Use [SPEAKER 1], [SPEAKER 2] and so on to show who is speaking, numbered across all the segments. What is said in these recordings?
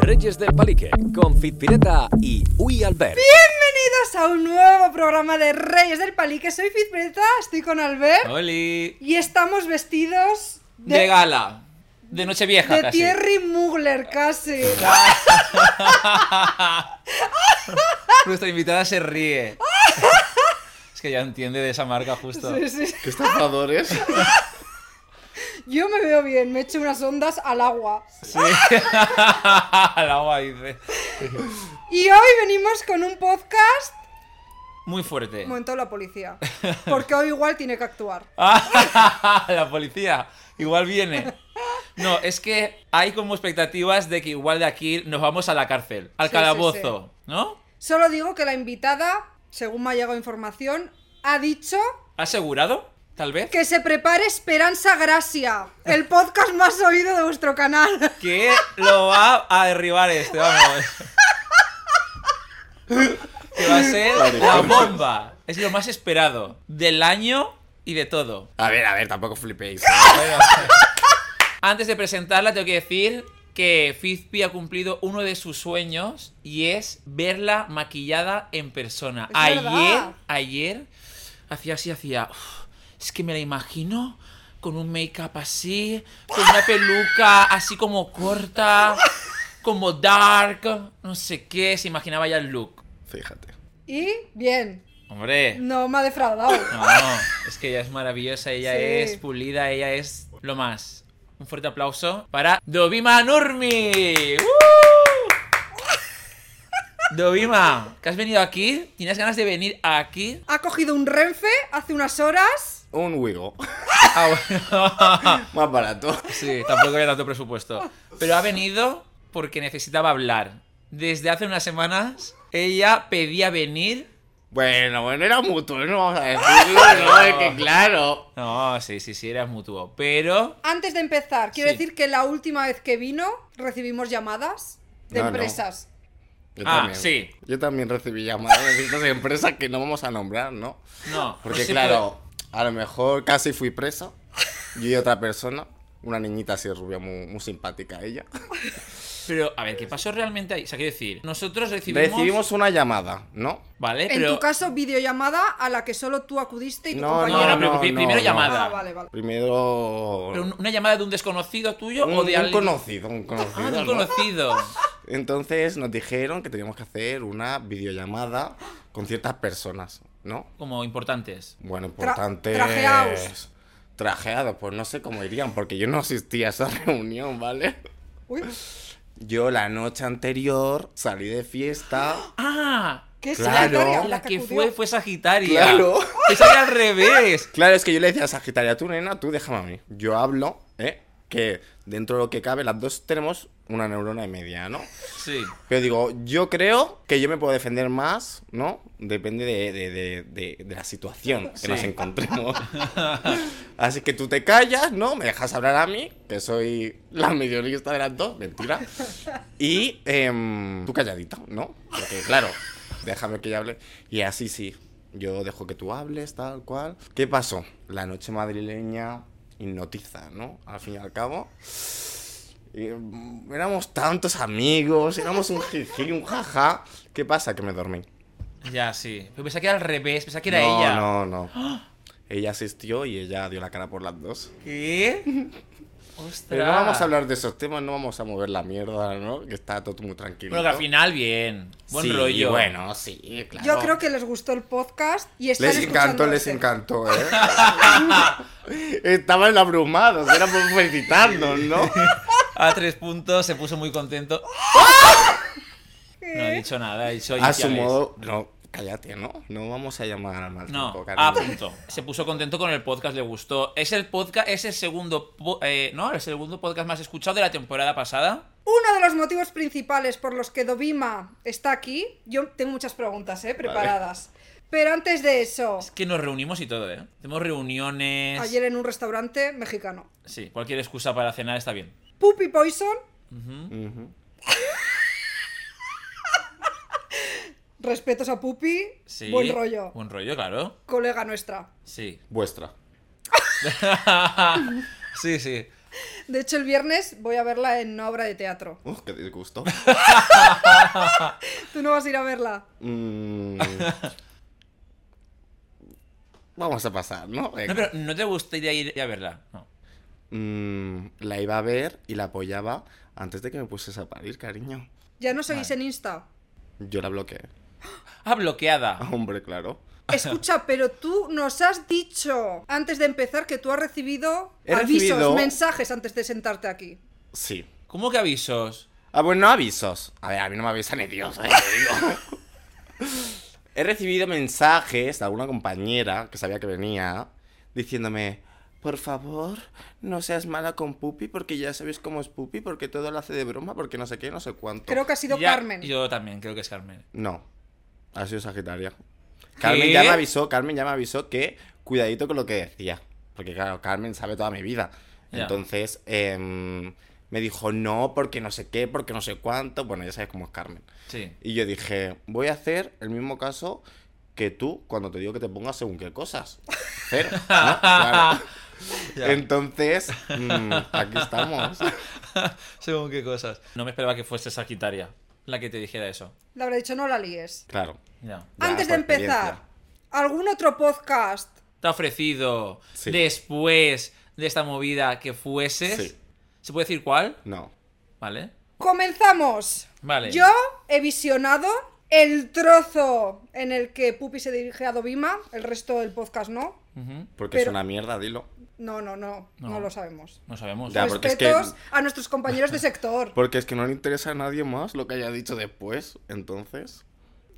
[SPEAKER 1] Reyes del Palique, con Fitpireta y Uy Albert.
[SPEAKER 2] Bienvenidos a un nuevo programa de Reyes del Palique. Soy Fitpireta, estoy con Albert
[SPEAKER 3] ¡Holi!
[SPEAKER 2] y estamos vestidos
[SPEAKER 3] De,
[SPEAKER 2] de,
[SPEAKER 3] gala. De noche vieja
[SPEAKER 2] de
[SPEAKER 3] casi.
[SPEAKER 2] Thierry Mugler casi.
[SPEAKER 3] Nuestra invitada se ríe. es que ya entiende de esa marca justo.
[SPEAKER 2] Sí, sí.
[SPEAKER 4] ¿Qué estafadores?
[SPEAKER 2] Yo me veo bien, me echo unas ondas al agua.
[SPEAKER 3] Al agua dice.
[SPEAKER 2] Y hoy venimos con un podcast.
[SPEAKER 3] Muy fuerte.
[SPEAKER 2] Momento la policía. Porque hoy igual tiene que actuar.
[SPEAKER 3] La policía. Igual viene. No, es que hay como expectativas de que igual de aquí nos vamos a la cárcel, al
[SPEAKER 2] Sí, sí,
[SPEAKER 3] calabozo, ¿no?
[SPEAKER 2] Solo digo que la invitada, según me ha llegado información, ha dicho
[SPEAKER 3] ¿Asegurado? Tal vez.
[SPEAKER 2] que se prepare Esperanza Gracia, el podcast más oído de vuestro canal.
[SPEAKER 3] que lo va a derribar este, vamos. que va a ser la bomba. Es lo más esperado del año y de todo.
[SPEAKER 4] A ver, a ver, tampoco flipéis.
[SPEAKER 3] Antes de presentarla, tengo que decir que Fizpi ha cumplido uno de sus sueños y es verla maquillada en persona.
[SPEAKER 2] Es
[SPEAKER 3] ayer,
[SPEAKER 2] verdad.
[SPEAKER 3] ayer, hacía así, hacía. "Uf, es que me la imagino con un make-up así, con una peluca así como corta, como dark, no sé qué. Se imaginaba ya el look.
[SPEAKER 4] Fíjate.
[SPEAKER 2] Y bien,
[SPEAKER 3] Hombre.
[SPEAKER 2] no me ha defraudado.
[SPEAKER 3] No, es que ella es maravillosa, ella
[SPEAKER 2] Sí.
[SPEAKER 3] es pulida, ella es lo más. Un fuerte aplauso para Dovima Nurmi. ¡Uh! Dovima, que has venido aquí, tienes ganas de venir aquí.
[SPEAKER 2] Ha cogido un renfe hace unas horas.
[SPEAKER 4] Un Wigo.
[SPEAKER 3] Ah, bueno.
[SPEAKER 4] Más barato.
[SPEAKER 3] sí, tampoco había tanto presupuesto. Pero ha venido porque necesitaba hablar. Desde hace unas semanas ella pedía venir.
[SPEAKER 4] Bueno, bueno, era mutuo, no vamos a decirlo, no, es que claro.
[SPEAKER 3] No, sí, sí, sí, era mutuo. Pero
[SPEAKER 2] Antes de empezar, quiero
[SPEAKER 3] Sí.
[SPEAKER 2] decir que la última vez que vino recibimos llamadas de
[SPEAKER 4] No, no.
[SPEAKER 2] empresas.
[SPEAKER 4] Yo
[SPEAKER 3] Ah, sí.
[SPEAKER 4] Yo también recibí llamadas de distintas empresas que no vamos a nombrar, ¿no?
[SPEAKER 3] no. Pues
[SPEAKER 4] Porque
[SPEAKER 3] no se
[SPEAKER 4] claro, a lo mejor casi fui preso. Yo y otra persona, una niñita así rubia, muy, muy simpática ella.
[SPEAKER 3] Pero, a ver, ¿qué pasó realmente ahí? O sea, quiero decir, nosotros recibimos.
[SPEAKER 4] Recibimos una llamada, ¿no?
[SPEAKER 3] Vale,
[SPEAKER 2] En
[SPEAKER 3] Eh, pero.
[SPEAKER 2] tu caso, videollamada a la que solo tú acudiste y tu
[SPEAKER 4] No,
[SPEAKER 2] compañero.
[SPEAKER 3] No, no, pero
[SPEAKER 4] No,
[SPEAKER 3] pri-
[SPEAKER 4] no,
[SPEAKER 3] primero
[SPEAKER 4] no.
[SPEAKER 3] llamada.
[SPEAKER 2] Ah, vale, vale.
[SPEAKER 4] Primero...
[SPEAKER 3] Pero un- una llamada de un desconocido tuyo
[SPEAKER 4] un,
[SPEAKER 3] o de
[SPEAKER 4] un
[SPEAKER 3] alguien.
[SPEAKER 4] conocido, un conocido.
[SPEAKER 3] Ah, de un
[SPEAKER 4] ¿no?
[SPEAKER 3] conocido.
[SPEAKER 4] Entonces nos dijeron que teníamos que hacer una videollamada con ciertas personas, ¿no?
[SPEAKER 3] Como importantes.
[SPEAKER 4] Bueno,
[SPEAKER 2] Tra-
[SPEAKER 4] importantes.
[SPEAKER 2] trajeados.
[SPEAKER 4] Trajeados, pues no sé cómo irían, porque yo no asistí a esa reunión, ¿vale?
[SPEAKER 2] Uy,
[SPEAKER 4] Yo la noche anterior salí de fiesta.
[SPEAKER 3] ¡Ah!
[SPEAKER 2] ¿qué es
[SPEAKER 4] Claro.
[SPEAKER 2] secretaria?
[SPEAKER 3] La que
[SPEAKER 2] acudió.
[SPEAKER 3] fue fue Sagitaria.
[SPEAKER 4] Claro.
[SPEAKER 3] Esa era al revés.
[SPEAKER 4] Claro, es que yo le decía a Sagitaria, tú nena, tú déjame a mí. Yo hablo, ¿eh? Que dentro de lo que cabe, las dos tenemos una neurona y media, ¿no?
[SPEAKER 3] Sí.
[SPEAKER 4] Pero digo, yo creo que yo me puedo defender más, ¿no? Depende de, de- de- de- de la situación que nos encontremos. Así que tú te callas, ¿no? Me dejas hablar a mí, que soy la mediolista de las dos, mentira. Y em, tú calladita, ¿no? Porque claro, déjame que yo hable. Y así sí, yo dejo que tú hables, tal cual. ¿Qué pasó? La noche madrileña hipnotiza, ¿no? Al fin y al cabo. Y, mm, éramos tantos amigos, éramos un jiji, un jaja. ¿Qué pasa? Que me dormí.
[SPEAKER 3] Ya, sí. Pero pensaba que era al revés, pensaba que era
[SPEAKER 4] no,
[SPEAKER 3] ella.
[SPEAKER 4] no, no. Ella asistió y ella dio la cara por las dos.
[SPEAKER 3] ¿Qué? Ostras.
[SPEAKER 4] Pero no vamos a hablar de esos temas, no vamos a mover la mierda, ¿no? Que está todo muy tranquilo.
[SPEAKER 3] Bueno, que al final, bien. Buen
[SPEAKER 4] Sí,
[SPEAKER 3] rollo.
[SPEAKER 4] Bueno, sí, claro.
[SPEAKER 2] Yo creo que les gustó el podcast y están
[SPEAKER 4] Les encantó,
[SPEAKER 2] escuchando
[SPEAKER 4] les
[SPEAKER 2] este.
[SPEAKER 4] encantó, ¿eh? Estaban abrumados, era por felicitarnos, ¿no?
[SPEAKER 3] A tres puntos se puso muy contento. No he dicho nada, he dicho
[SPEAKER 4] A su
[SPEAKER 3] iniciales.
[SPEAKER 4] modo. No, cállate, ¿no? No vamos a llamar al mal
[SPEAKER 3] No,
[SPEAKER 4] tiempo, cariño.
[SPEAKER 3] a punto. Se puso contento con el podcast, le gustó. Es el podcast, es el segundo, po- eh, no, el segundo podcast más escuchado de la temporada pasada.
[SPEAKER 2] Uno de los motivos principales por los que Dovima está aquí, yo tengo muchas preguntas, ¿eh? Preparadas. Pero antes de eso,
[SPEAKER 3] Es que nos reunimos y todo, ¿eh? Tenemos reuniones.
[SPEAKER 2] ayer en un restaurante mexicano,
[SPEAKER 3] Sí, cualquier excusa para cenar está bien.
[SPEAKER 2] Puppy Poison,
[SPEAKER 4] Ujú.
[SPEAKER 2] respetos a Puppy,
[SPEAKER 3] Sí.
[SPEAKER 2] buen rollo,
[SPEAKER 3] Buen rollo, claro.
[SPEAKER 2] colega nuestra.
[SPEAKER 3] Sí.
[SPEAKER 4] Vuestra.
[SPEAKER 3] sí, sí.
[SPEAKER 2] De hecho, el viernes voy a verla en una obra de teatro.
[SPEAKER 4] Uf, Oh, qué disgusto.
[SPEAKER 2] Tú no vas a ir a verla.
[SPEAKER 4] Mm. Vamos a pasar, ¿no?
[SPEAKER 3] No,
[SPEAKER 4] Venga.
[SPEAKER 3] pero no te gustaría ir a verla. No.
[SPEAKER 4] Mm, la iba a ver y la apoyaba antes de que me puses a parir, cariño.
[SPEAKER 2] Ya no seguís
[SPEAKER 3] Vale.
[SPEAKER 2] en Insta.
[SPEAKER 4] Yo la bloqueé.
[SPEAKER 3] Ah, bloqueada.
[SPEAKER 4] Ah, Hombre, claro.
[SPEAKER 2] Escucha, pero tú nos has dicho antes de empezar que tú has recibido
[SPEAKER 4] He
[SPEAKER 2] avisos,
[SPEAKER 4] recibido-
[SPEAKER 2] mensajes antes de sentarte aquí.
[SPEAKER 4] Sí.
[SPEAKER 3] ¿Cómo que avisos?
[SPEAKER 4] Ah, bueno, avisos. A ver, a mí no me avisa ni Dios, eh, te digo. He recibido mensajes de alguna compañera que sabía que venía diciéndome, por favor, no seas mala con Pupi porque ya sabes cómo es Pupi, porque todo lo hace de broma, porque no sé qué, no sé cuánto.
[SPEAKER 2] Creo que ha sido
[SPEAKER 3] Ya-
[SPEAKER 2] Carmen.
[SPEAKER 3] Yo también, creo que es Carmen.
[SPEAKER 4] No, ha sido Sagitaria. Carmen ya me avisó, Carmen ya me avisó que cuidadito con lo que decía. Porque claro, Carmen sabe toda mi vida.
[SPEAKER 3] Ya.
[SPEAKER 4] Entonces, em, me dijo no, porque no sé qué, porque no sé cuánto. Bueno, ya sabes cómo es Carmen.
[SPEAKER 3] Sí.
[SPEAKER 4] Y yo dije, voy a hacer el mismo caso que tú cuando te digo que te pongas según qué cosas. Cero. ¿no? Claro.
[SPEAKER 3] Ya.
[SPEAKER 4] Entonces, mm, aquí estamos.
[SPEAKER 3] Según qué cosas. No me esperaba que fuese Sagitaria la que te dijera eso.
[SPEAKER 2] Le habré dicho, no la líes.
[SPEAKER 4] Claro.
[SPEAKER 3] Ya.
[SPEAKER 4] Ya,
[SPEAKER 2] antes de
[SPEAKER 4] por
[SPEAKER 2] empezar,
[SPEAKER 4] experiencia.
[SPEAKER 2] ¿algún otro podcast?
[SPEAKER 3] Te ha ofrecido
[SPEAKER 4] Sí.
[SPEAKER 3] después de esta movida que fueses.
[SPEAKER 4] Sí.
[SPEAKER 3] ¿Se puede decir cuál?
[SPEAKER 4] No.
[SPEAKER 3] Vale.
[SPEAKER 2] Comenzamos.
[SPEAKER 3] Vale.
[SPEAKER 2] Yo he visionado el trozo en el que Pupi se dirige a Dovima, el resto del podcast no.
[SPEAKER 3] Ujú.
[SPEAKER 4] Porque es
[SPEAKER 2] Pero-
[SPEAKER 4] una mierda, dilo.
[SPEAKER 2] No, no, no, no,
[SPEAKER 3] No.
[SPEAKER 2] lo sabemos.
[SPEAKER 3] No sabemos.
[SPEAKER 4] Ya, porque es que-
[SPEAKER 2] Respetos a nuestros compañeros de sector.
[SPEAKER 4] Porque es que no le interesa a nadie más lo que haya dicho después, entonces.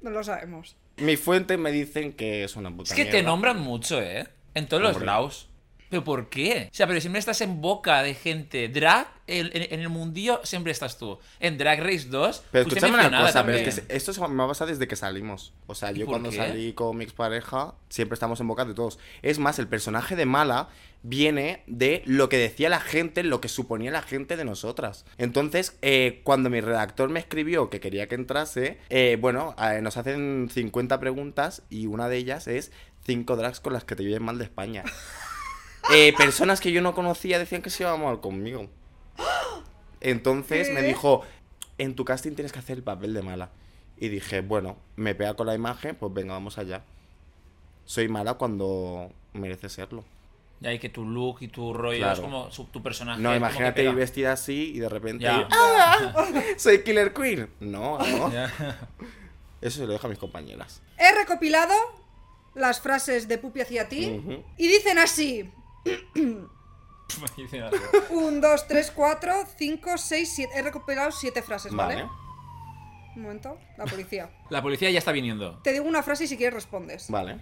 [SPEAKER 2] No lo sabemos.
[SPEAKER 4] Mi fuente me dicen que es una puta
[SPEAKER 3] Es que te
[SPEAKER 4] mierda.
[SPEAKER 3] nombran mucho, ¿eh? En todos los
[SPEAKER 4] Hombre.
[SPEAKER 3] lados. ¿Pero por qué? O sea, pero siempre estás en boca de gente. Drag, el- en, en el mundillo siempre estás tú. En Drag Race 2,
[SPEAKER 4] Pero
[SPEAKER 3] fuiste
[SPEAKER 4] escúchame una
[SPEAKER 3] mencionada
[SPEAKER 4] cosa, pero es que
[SPEAKER 3] también.
[SPEAKER 4] se- esto se me ha pasado desde que salimos. O sea, yo
[SPEAKER 3] por
[SPEAKER 4] cuando
[SPEAKER 3] qué?
[SPEAKER 4] salí con mi expareja, siempre estamos en boca de todos. Es más, el personaje de Mala viene de lo que decía la gente, lo que suponía la gente de nosotras. Entonces, eh, cuando mi redactor me escribió que quería que entrase, eh, bueno, eh, nos hacen 50 preguntas y una de ellas es 5 drags con las que te lleven mal de España. Eh, personas que yo no conocía decían que se iban mal conmigo. Entonces me
[SPEAKER 2] ¿Qué?
[SPEAKER 4] dijo, en tu casting tienes que hacer el papel de mala. Y dije, bueno, me pega con la imagen, pues venga, vamos allá. Soy mala cuando merece serlo.
[SPEAKER 3] Ya hay que tu look y tu rollo
[SPEAKER 4] Claro.
[SPEAKER 3] es como su- tu personaje.
[SPEAKER 4] No,
[SPEAKER 3] Ah, es como que
[SPEAKER 4] imagínate
[SPEAKER 3] pega.
[SPEAKER 4] ir vestida así y de repente...
[SPEAKER 3] Ya.
[SPEAKER 4] ¡Ah! Soy Killer Queen. No, no.
[SPEAKER 3] Ya.
[SPEAKER 4] Eso se lo dejo a mis compañeras.
[SPEAKER 2] He recopilado las frases de Pupi hacia ti
[SPEAKER 4] Ujú.
[SPEAKER 2] y dicen así:
[SPEAKER 3] Me dice algo.
[SPEAKER 2] 1, 2, 3, 4, 5, 6, 7. He recopilado 7 frases, Pues ¿vale?
[SPEAKER 4] Vale,
[SPEAKER 2] Un momento, la policía.
[SPEAKER 3] La policía ya está viniendo.
[SPEAKER 2] Te digo una frase y si quieres respondes.
[SPEAKER 4] vale.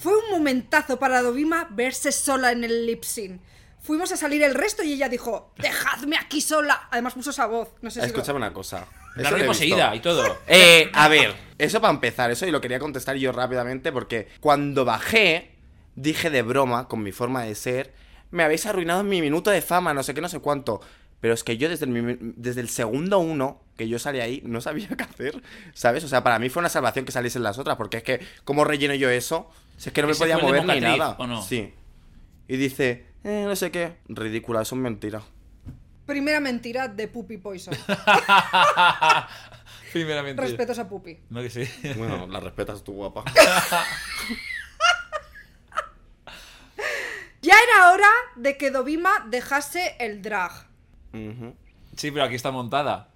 [SPEAKER 2] Fue un momentazo para Dovima verse sola en el lip sync. Fuimos a salir el resto y ella dijo, dejadme aquí sola. Además puso esa voz. No sé si... lo-
[SPEAKER 4] Escúchame una cosa.
[SPEAKER 3] La
[SPEAKER 4] Eso lo he
[SPEAKER 3] reina
[SPEAKER 4] visto.
[SPEAKER 3] poseída y todo.
[SPEAKER 4] Eh, a ver, eso para empezar, eso y lo quería contestar yo rápidamente porque cuando bajé, dije de broma, con mi forma de ser, me habéis arruinado mi minuto de fama, no sé qué, no sé cuánto. Pero es que yo desde el, mi- desde el segundo uno que yo salí ahí no sabía qué hacer, ¿sabes? O sea, para mí fue una salvación que saliesen las otras, porque es que, ¿cómo relleno yo eso? Si es que no me
[SPEAKER 3] Ese
[SPEAKER 4] podía
[SPEAKER 3] fue el de
[SPEAKER 4] mover ni
[SPEAKER 3] Mocatriz,
[SPEAKER 4] nada.
[SPEAKER 3] ¿o no?
[SPEAKER 4] Sí. Y dice, eh, no sé qué, ridícula, eso es mentira.
[SPEAKER 2] Primera mentira de Puppy Poison.
[SPEAKER 3] Primeramente.
[SPEAKER 2] Respetos a Puppy.
[SPEAKER 3] No que sí.
[SPEAKER 4] Bueno, la respetas tú, guapa.
[SPEAKER 2] Ya era hora de que Dovima dejase el drag.
[SPEAKER 4] Ujú.
[SPEAKER 3] Sí, pero aquí está montada.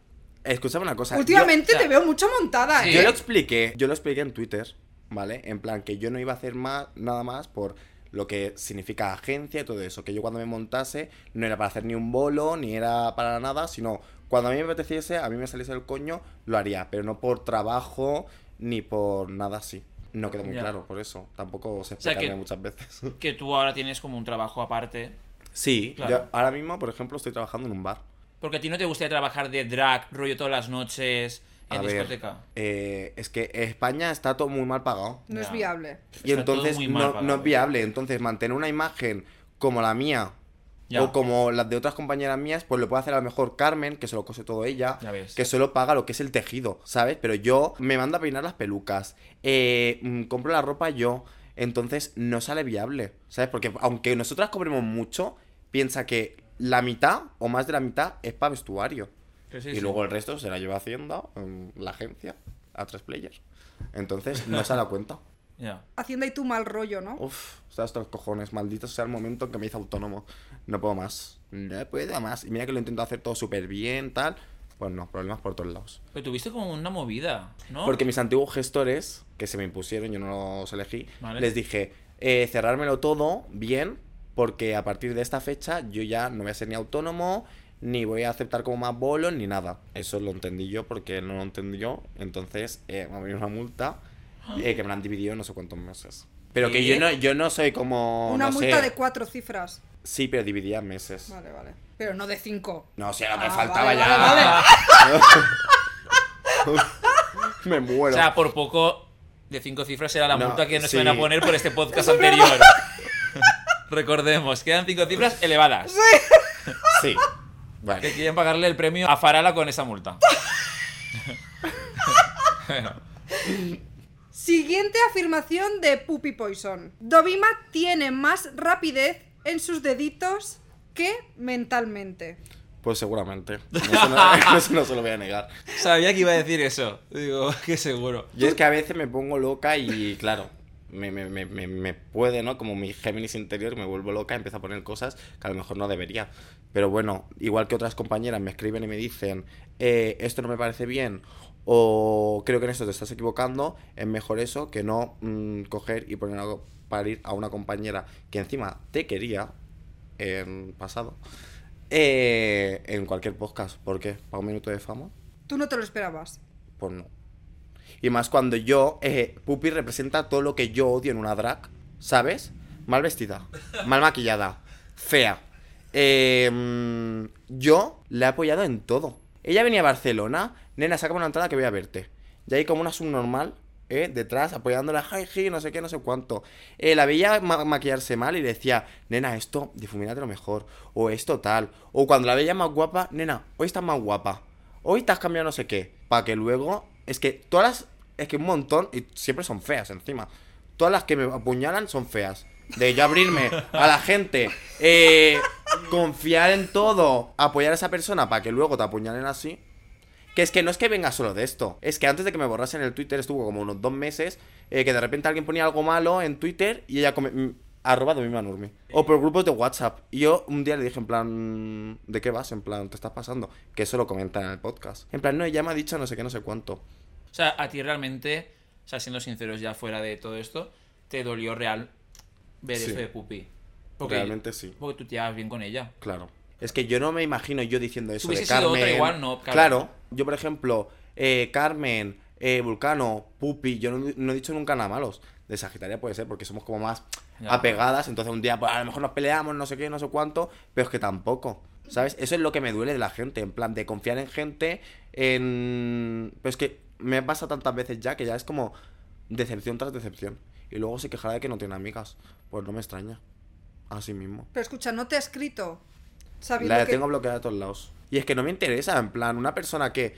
[SPEAKER 4] Escúchame una cosa. yo-
[SPEAKER 2] Últimamente
[SPEAKER 3] yo-
[SPEAKER 2] te veo mucho montada,
[SPEAKER 3] Sí.
[SPEAKER 2] ¿eh?
[SPEAKER 4] Yo lo expliqué, yo lo expliqué en Twitter, ¿vale? En plan que yo no iba a hacer más, nada más por lo que significa agencia y todo eso, que yo cuando me montase no era para hacer ni un bolo, ni era para nada, sino cuando a mí me apeteciese, a mí me saliese el coño, lo haría, pero no por trabajo ni por nada así. No quedó muy
[SPEAKER 3] Ya.
[SPEAKER 4] claro por eso, tampoco se
[SPEAKER 3] sea,
[SPEAKER 4] explica
[SPEAKER 3] que-
[SPEAKER 4] muchas veces.
[SPEAKER 3] Que tú ahora tienes como un trabajo aparte.
[SPEAKER 4] Sí,
[SPEAKER 3] Claro.
[SPEAKER 4] yo ahora mismo, por ejemplo, estoy trabajando en un bar.
[SPEAKER 3] Porque a ti no te gustaría trabajar de drag, rollo todas las noches, en
[SPEAKER 4] A ver,
[SPEAKER 3] discoteca.
[SPEAKER 4] eh, es que España está todo muy mal pagado.
[SPEAKER 2] No es
[SPEAKER 3] Ya.
[SPEAKER 2] viable.
[SPEAKER 4] Y
[SPEAKER 3] Está todo
[SPEAKER 4] entonces
[SPEAKER 3] muy mal
[SPEAKER 4] no, no
[SPEAKER 3] pagado.
[SPEAKER 4] es viable. Entonces, mantener una imagen como la mía
[SPEAKER 3] Ya.
[SPEAKER 4] o como las de otras compañeras mías, pues lo puede hacer a lo mejor Carmen, que se lo cose todo ella,
[SPEAKER 3] Ya ves.
[SPEAKER 4] que solo paga lo que es el tejido, ¿sabes? Pero yo me mando a peinar las pelucas, eh, mm, compro la ropa yo, entonces no sale viable, ¿sabes? Porque aunque nosotras cobremos mucho, piensa que la mitad o más de la mitad es para vestuario.
[SPEAKER 3] Sí, sí,
[SPEAKER 4] y
[SPEAKER 3] sí.
[SPEAKER 4] luego el resto se la lleva Hacienda, mm, la agencia, a tres players. Entonces no se da cuenta.
[SPEAKER 3] Ya.
[SPEAKER 2] Hacienda y tú mal rollo, ¿no?
[SPEAKER 4] Uf, o sea, estos cojones, maldito sea el momento en que me hice autónomo. No puedo más. No puedo más. Y mira que lo intento hacer todo súper bien, tal. Pues no, problemas por todos lados.
[SPEAKER 3] Pero tuviste como una movida, ¿no?
[SPEAKER 4] Porque mis antiguos gestores, que se me impusieron, yo no los elegí,
[SPEAKER 3] Vale.
[SPEAKER 4] les dije, eh, cerrármelo todo bien, porque a partir de esta fecha yo ya no voy a ser ni autónomo, ni voy a aceptar como más bolos, ni nada. Eso lo entendí yo, porque él no lo entendió. Entonces, eh, me venido una multa eh, que me la han dividido en no sé cuántos meses. Pero que
[SPEAKER 3] ¿Qué?
[SPEAKER 4] yo no, yo no soy como.
[SPEAKER 2] Una
[SPEAKER 4] no
[SPEAKER 2] multa
[SPEAKER 4] sé.
[SPEAKER 2] de cuatro cifras.
[SPEAKER 4] Sí, pero dividía en meses.
[SPEAKER 2] Vale, vale. Pero no de cinco.
[SPEAKER 4] No, sé, lo que
[SPEAKER 2] Ah,
[SPEAKER 4] faltaba
[SPEAKER 2] vale,
[SPEAKER 4] ya.
[SPEAKER 2] vale,
[SPEAKER 4] me
[SPEAKER 3] O
[SPEAKER 4] muero.
[SPEAKER 3] sea, por poco de cinco cifras era la
[SPEAKER 4] No,
[SPEAKER 3] multa que nos
[SPEAKER 4] sí.
[SPEAKER 3] iban a poner por este podcast anterior. Recordemos, quedan cinco cifras elevadas.
[SPEAKER 4] Sí. Vale.
[SPEAKER 3] Que quieren pagarle el premio a Farala con esa multa.
[SPEAKER 2] Siguiente afirmación de Puppy Poison. Dovima tiene más rapidez en sus deditos que mentalmente.
[SPEAKER 4] Pues seguramente. Eso no, eso no se lo voy a negar.
[SPEAKER 3] Sabía que iba a decir eso. Digo, que seguro.
[SPEAKER 4] Yo es que a veces me pongo loca y, claro, me, me, me, me, me puede, ¿no? Como mi Géminis interior, me vuelvo loca, empiezo a poner cosas que a lo mejor no debería. Pero bueno, igual que otras compañeras me escriben y me dicen, eh, esto no me parece bien, o creo que en esto te estás equivocando, es mejor eso que no mm, coger y poner algo para ir a una compañera que encima te quería en pasado. eh, en cualquier podcast, ¿por qué? ¿Para un minuto de fama?
[SPEAKER 2] Tú no te lo esperabas.
[SPEAKER 4] Pues no. Y más cuando yo, eh, Pupi representa todo lo que yo odio en una drag, ¿sabes? Mal vestida, mal maquillada, fea. Eh, mm, yo la he apoyado en todo. Ella venía a Barcelona, nena, sácame una entrada que voy a verte. Y hay como una subnormal, ¿eh? Detrás, apoyándola, "Ay, ji, no sé qué, no sé cuánto. Eh, la veía ma- maquillarse mal y le decía, nena, esto, difumínate lo mejor. O esto tal. O cuando la veía más guapa, nena, hoy estás más guapa hoy te has cambiado no sé qué, para que luego, es que todas las, es que un montón, y siempre son feas encima, todas las que me apuñalan son feas. De yo abrirme a la gente, eh, confiar en todo, apoyar a esa persona para que luego te apuñalen así. Que es que no es que venga solo de esto, es que antes de que me borrasen el Twitter estuvo como unos dos meses, eh, que de repente alguien ponía algo malo en Twitter y ella come, mm, arroba Domima Nurmi. O por grupos de WhatsApp. Y yo un día le dije en plan, ¿de qué vas? En plan, ¿te estás pasando? Que eso lo comentan en el podcast. En plan, no, ella me ha dicho no sé qué, no sé cuánto.
[SPEAKER 3] O sea, a ti realmente, o sea, siendo sinceros ya fuera de todo esto, te dolió real ver
[SPEAKER 4] Sí.
[SPEAKER 3] eso de Pupi.
[SPEAKER 4] Realmente sí.
[SPEAKER 3] Porque tú te llevas bien con ella.
[SPEAKER 4] Claro. Es que yo no me imagino yo diciendo eso de
[SPEAKER 3] Hubiese sido
[SPEAKER 4] Carmen.
[SPEAKER 3] otra igual, no, claro.
[SPEAKER 4] claro. Yo, por ejemplo, eh, Carmen, eh, Vulcano, Pupi, yo no, no he dicho nunca nada malos. De Sagitaria puede ser, porque somos como más
[SPEAKER 3] Ya.
[SPEAKER 4] apegadas. Entonces un día, pues, a lo mejor nos peleamos, no sé qué, no sé cuánto, pero es que tampoco. ¿Sabes? Eso es lo que me duele de la gente. En plan, de confiar en gente, en. Pero es que me pasa tantas veces ya que ya es como decepción tras decepción. Y luego se quejará de que no tiene amigas. Pues no me extraña. Así mismo.
[SPEAKER 2] Pero escucha, no te ha escrito. Sabiendo
[SPEAKER 4] La
[SPEAKER 2] que...
[SPEAKER 4] tengo bloqueada a todos lados. Y es que no me interesa, en plan, una persona que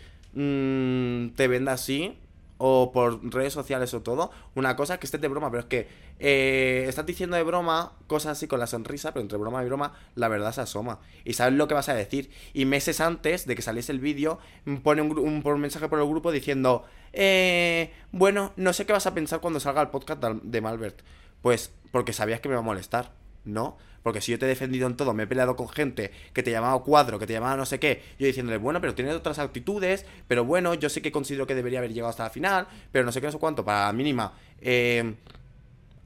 [SPEAKER 4] mm, te venda así, o por redes sociales o todo, una cosa es que estés de broma, pero es que eh, estás diciendo de broma cosas así con la sonrisa, pero entre broma y broma la verdad se asoma. Y sabes lo que vas a decir. Y meses antes de que saliese el vídeo, mm, pone un, gru- un- por un mensaje por el grupo diciendo, eh, bueno, no sé qué vas a pensar cuando salga el podcast de- de Malbert. Pues porque sabías que me iba a molestar. No, porque si yo te he defendido en todo, me he peleado con gente que te llamaba cuadro, que te llamaba no sé qué, yo diciéndole, bueno, pero tienes otras actitudes, pero bueno, yo sé que considero que debería haber llegado hasta la final, pero no sé qué, no sé cuánto, para la mínima, eh,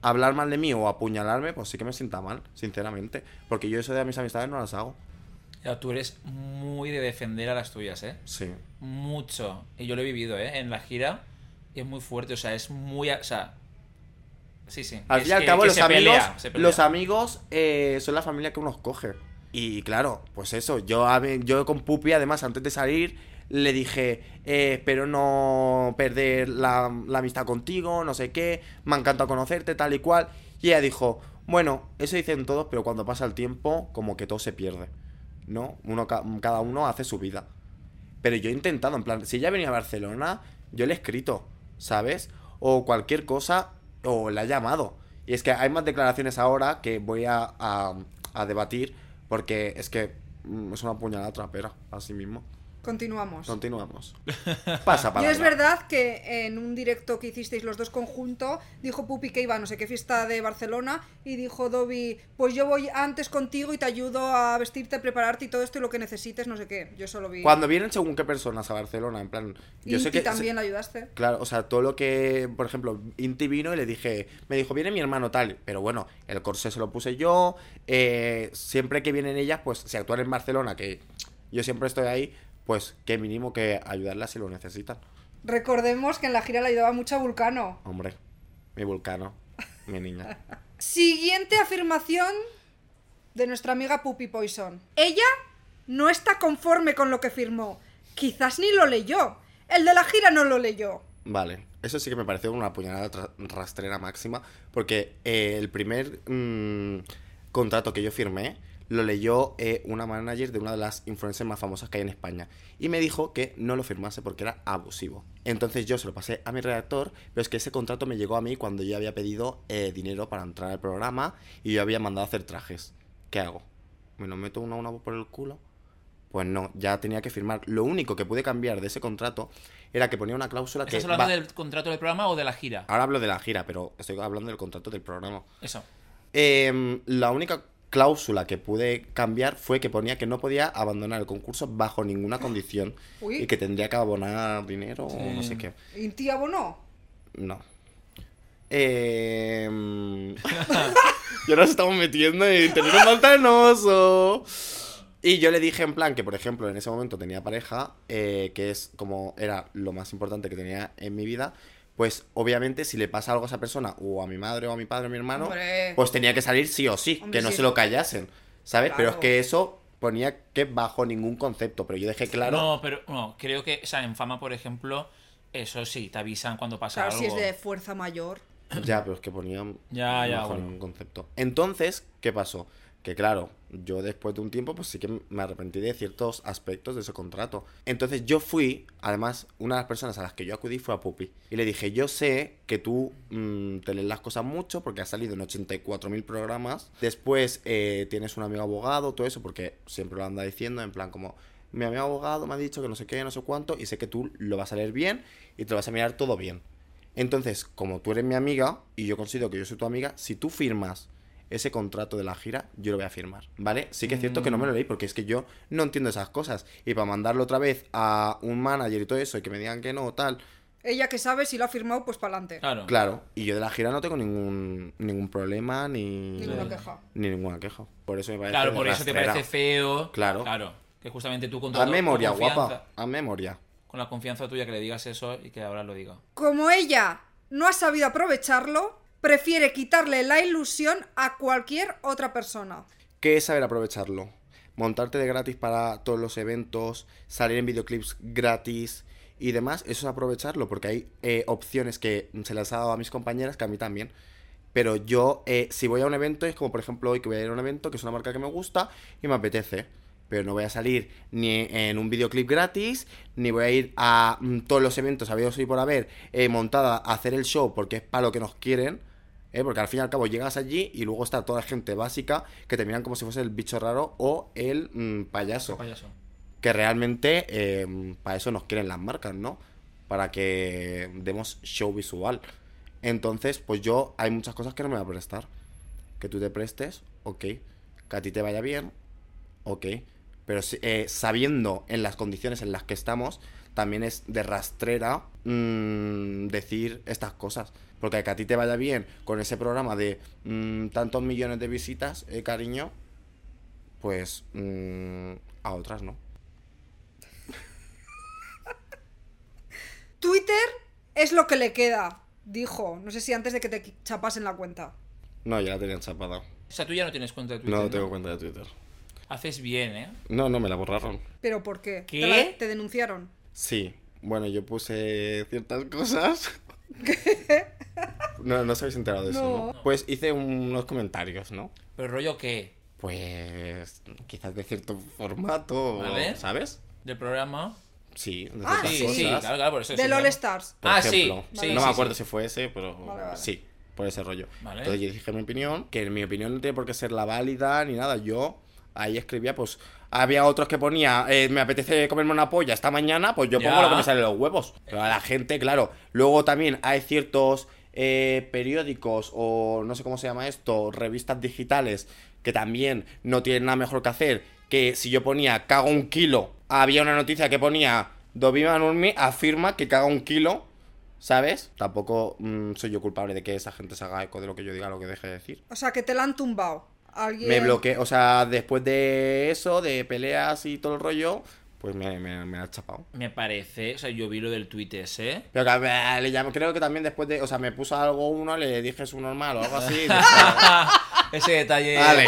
[SPEAKER 4] hablar mal de mí o apuñalarme, pues sí que me sienta mal, sinceramente, porque yo eso de mis amistades no las hago.
[SPEAKER 3] Ya, tú eres muy de defender a las tuyas, ¿eh?
[SPEAKER 4] Sí.
[SPEAKER 3] Mucho. Y yo lo he vivido, ¿eh? En la gira. Y es muy fuerte, o sea, es muy... a- O sea... Sí, sí.
[SPEAKER 4] Al
[SPEAKER 3] Es
[SPEAKER 4] fin y al
[SPEAKER 3] que-
[SPEAKER 4] cabo,
[SPEAKER 3] que
[SPEAKER 4] los
[SPEAKER 3] se
[SPEAKER 4] amigos,
[SPEAKER 3] pelea, se pelea.
[SPEAKER 4] los amigos eh, son la familia que unos coge. Y claro, pues eso, yo, a ver, yo con Pupi, además, antes de salir, le dije, eh, espero no perder la, la amistad contigo, no sé qué, me ha encantado conocerte, tal y cual. Y ella dijo, bueno, eso dicen todos, pero cuando pasa el tiempo, como que todo se pierde. ¿No? Uno, ca- cada uno hace su vida. Pero yo he intentado, en plan, si ella venía a Barcelona, yo le he escrito, ¿sabes? O cualquier cosa, o la he llamado. Y es que hay más declaraciones ahora que voy a, a- a debatir, porque es que mm, es una puñalada trapera, así mismo.
[SPEAKER 2] Continuamos.
[SPEAKER 4] Continuamos. Pasa para
[SPEAKER 2] Yo es verdad que en un directo que hicisteis los dos conjunto, dijo Pupi que iba a no sé qué fiesta de Barcelona y dijo Dobby, pues yo voy antes contigo y te ayudo a vestirte, prepararte y todo esto y lo que necesites, no sé qué. Yo solo vi.
[SPEAKER 4] Cuando vienen según qué personas a Barcelona, en plan. Yo
[SPEAKER 2] Inti
[SPEAKER 4] sé que.
[SPEAKER 2] también ayudaste.
[SPEAKER 4] Claro, o sea, todo lo que, por ejemplo, Inti vino y le dije, me dijo, viene mi hermano tal, pero bueno, el corsé se lo puse yo, eh, siempre que vienen ellas, pues si actúan en Barcelona, que yo siempre estoy ahí, pues que mínimo que ayudarlas si lo necesitan.
[SPEAKER 2] Recordemos que en la gira le ayudaba mucho a Vulcano.
[SPEAKER 4] Hombre, mi vulcano, mi niña.
[SPEAKER 2] Siguiente afirmación de nuestra amiga Puppy Poison. Ella no está conforme con lo que firmó. Quizás ni lo leyó. El de la gira no lo leyó.
[SPEAKER 4] Vale, eso sí que me pareció una puñalada tra- rastrera máxima, porque eh, el primer mm, contrato que yo firmé lo leyó eh, una manager de una de las influencers más famosas que hay en España y me dijo que no lo firmase porque era abusivo. Entonces yo se lo pasé a mi redactor, pero es que ese contrato me llegó a mí cuando yo había pedido eh, dinero para entrar al programa y yo había mandado a hacer trajes. ¿Qué hago? ¿Me lo meto una a una por el culo? Pues no, ya tenía que firmar. Lo único que pude cambiar de ese contrato era que ponía una cláusula que...
[SPEAKER 3] ¿Estás hablando
[SPEAKER 4] va-
[SPEAKER 3] del contrato del programa o de la gira?
[SPEAKER 4] Ahora hablo de la gira, pero estoy hablando del contrato del programa.
[SPEAKER 3] Eso.
[SPEAKER 4] Em, la única cláusula que pude cambiar fue que ponía que no podía abandonar el concurso bajo ninguna condición
[SPEAKER 2] Uy.
[SPEAKER 4] y que tendría que abonar dinero o no
[SPEAKER 3] Sí.
[SPEAKER 4] sé qué.
[SPEAKER 2] Inti abonó.
[SPEAKER 4] No. Em, y ahora nos estamos metiendo en terreno pantanoso. Y yo le dije en plan que, por ejemplo, en ese momento tenía pareja, eh, que es como era lo más importante que tenía en mi vida. Pues obviamente si le pasa algo a esa persona, o a mi madre, o a mi padre, o a mi hermano,
[SPEAKER 2] Hombre.
[SPEAKER 4] pues tenía que salir sí o sí,
[SPEAKER 2] Hombre,
[SPEAKER 4] que no
[SPEAKER 2] sí.
[SPEAKER 4] se lo callasen, ¿sabes? Pero es
[SPEAKER 2] Claro.
[SPEAKER 4] que eso ponía que bajo ningún concepto, pero yo dejé Eh, claro...
[SPEAKER 3] No, pero no, creo que, o sea, en fama, por ejemplo, eso sí, te avisan cuando pasa
[SPEAKER 2] Claro,
[SPEAKER 3] algo.
[SPEAKER 2] si es de fuerza mayor.
[SPEAKER 4] Ya, pero es que ponían
[SPEAKER 3] Ya, ya, bueno.
[SPEAKER 4] un concepto. Entonces, ¿qué pasó? Que claro, yo después de un tiempo, pues sí que me arrepentí de ciertos aspectos de ese contrato. Entonces yo fui, además, una de las personas a las que yo acudí fue a Pupi. Y le dije, yo sé que tú mm, te lees las cosas mucho porque has salido en 84.000 programas. Después eh, tienes un amigo abogado, todo eso, porque siempre lo anda diciendo, en plan como, mi amigo abogado me ha dicho que no sé qué, no sé cuánto, y sé que tú lo vas a leer bien y te lo vas a mirar todo bien. Entonces, como tú eres mi amiga y yo considero que yo soy tu amiga, si tú firmas ese contrato de la gira, yo lo voy a firmar, ¿vale? Sí que es cierto que no me
[SPEAKER 3] Mm.
[SPEAKER 4] lo leí porque es que yo no entiendo esas cosas. Y para mandarlo otra vez a un manager y todo eso y que me digan que no, tal.
[SPEAKER 2] Ella que sabe si lo ha firmado, pues para adelante.
[SPEAKER 3] Claro.
[SPEAKER 4] Claro, y yo de la gira no tengo ningún, ningún problema ni,
[SPEAKER 2] Ninguna queja.
[SPEAKER 4] ni ninguna queja. Por eso me parece.
[SPEAKER 3] Claro, por eso te
[SPEAKER 4] rastrera.
[SPEAKER 3] parece feo.
[SPEAKER 4] Claro.
[SPEAKER 3] Claro. Que justamente tú con
[SPEAKER 4] A
[SPEAKER 3] todo- con
[SPEAKER 4] memoria,
[SPEAKER 3] confianza-
[SPEAKER 4] guapa. A memoria.
[SPEAKER 3] Con la confianza tuya que le digas eso y que ahora lo diga.
[SPEAKER 2] Como ella no ha sabido aprovecharlo, prefiere quitarle la ilusión a cualquier otra persona.
[SPEAKER 4] ¿Qué es saber aprovecharlo? Montarte de gratis para todos los eventos, salir en videoclips gratis y demás, eso es aprovecharlo, porque hay eh, opciones que se las ha dado a mis compañeras, que a mí también. Pero yo, eh, si voy a un evento, es como por ejemplo hoy que voy a ir a un evento, que es una marca que me gusta y me apetece. Pero no voy a salir ni en un videoclip gratis, ni voy a ir a mm, todos los eventos habidos y por haber eh, montada a hacer el show porque es para lo que nos quieren. ¿eh? Porque al fin y al cabo llegas allí y luego está toda la gente básica que te miran como si fuese el bicho raro o el mm, payaso.
[SPEAKER 3] Payaso.
[SPEAKER 4] Que realmente eh, para eso nos quieren las marcas, ¿no? Para que demos show visual. Entonces, pues yo hay muchas cosas que no me voy a prestar. Que tú te prestes, ok. Que a ti te vaya bien, ok. Pero si- eh, sabiendo en las condiciones en las que estamos, también es de rastrera mm, decir estas cosas. Porque que a ti te vaya bien con ese programa de mm, tantos millones de visitas, eh, cariño, pues mm, a otras no.
[SPEAKER 2] Twitter es lo que le queda, dijo. No sé si antes de que te chapasen la cuenta.
[SPEAKER 4] No, ya la tenían chapada.
[SPEAKER 3] O sea, tú ya no tienes cuenta de Twitter.
[SPEAKER 4] No tengo cuenta de Twitter.
[SPEAKER 3] Haces bien, ¿eh?
[SPEAKER 4] No, no, me la borraron.
[SPEAKER 2] ¿Pero por qué?
[SPEAKER 3] ¿Qué?
[SPEAKER 2] ¿Te, la- te denunciaron?
[SPEAKER 4] Sí, bueno, yo puse ciertas cosas. No, no os habéis enterado de eso,
[SPEAKER 2] No.
[SPEAKER 4] ¿no? Pues hice unos comentarios, ¿no?
[SPEAKER 3] Pero rollo qué?
[SPEAKER 4] Pues quizás de cierto formato,
[SPEAKER 3] Vale.
[SPEAKER 4] ¿sabes?
[SPEAKER 3] ¿Del programa?
[SPEAKER 4] Sí, de
[SPEAKER 2] Ah,
[SPEAKER 4] ciertas
[SPEAKER 3] Sí, sí,
[SPEAKER 4] cosas.
[SPEAKER 3] claro, claro, por eso. sí,
[SPEAKER 2] Del
[SPEAKER 3] claro.
[SPEAKER 2] All Stars.
[SPEAKER 4] por
[SPEAKER 3] Ah,
[SPEAKER 4] ejemplo.
[SPEAKER 3] sí, sí,
[SPEAKER 4] no
[SPEAKER 3] sí,
[SPEAKER 4] me acuerdo
[SPEAKER 3] sí.
[SPEAKER 4] si fue ese, pero
[SPEAKER 2] Vale, vale.
[SPEAKER 4] sí, por ese rollo.
[SPEAKER 3] Vale.
[SPEAKER 4] Entonces yo dije mi opinión, que en mi opinión no tiene por qué ser la válida ni nada. Yo ahí escribía, pues, Había otros que ponía, eh, me apetece comerme una polla esta mañana, pues yo
[SPEAKER 3] Ya.
[SPEAKER 4] pongo lo que me sale de los huevos. Pero a la gente, claro. Luego también hay ciertos eh, periódicos o no sé cómo se llama esto, revistas digitales que también no tienen nada mejor que hacer. Que si yo ponía cago un kilo, había una noticia que ponía Dovima Nurmi afirma que caga un kilo. ¿Sabes? Tampoco mm, soy yo culpable de que esa gente se haga eco de lo que yo diga, lo que deje de decir.
[SPEAKER 2] O sea, que te la han tumbado. Alguien...
[SPEAKER 4] Me bloqueé, o sea, después de eso, de peleas y todo el rollo, pues me, me, me ha chapado.
[SPEAKER 3] Me parece, o sea, yo vi lo del tweet ese.
[SPEAKER 4] Pero que, eh, le llamo, creo que también después de, o sea, me puso algo uno, le dije su normal o algo así. y dije,
[SPEAKER 3] Ese detalle.
[SPEAKER 4] vale,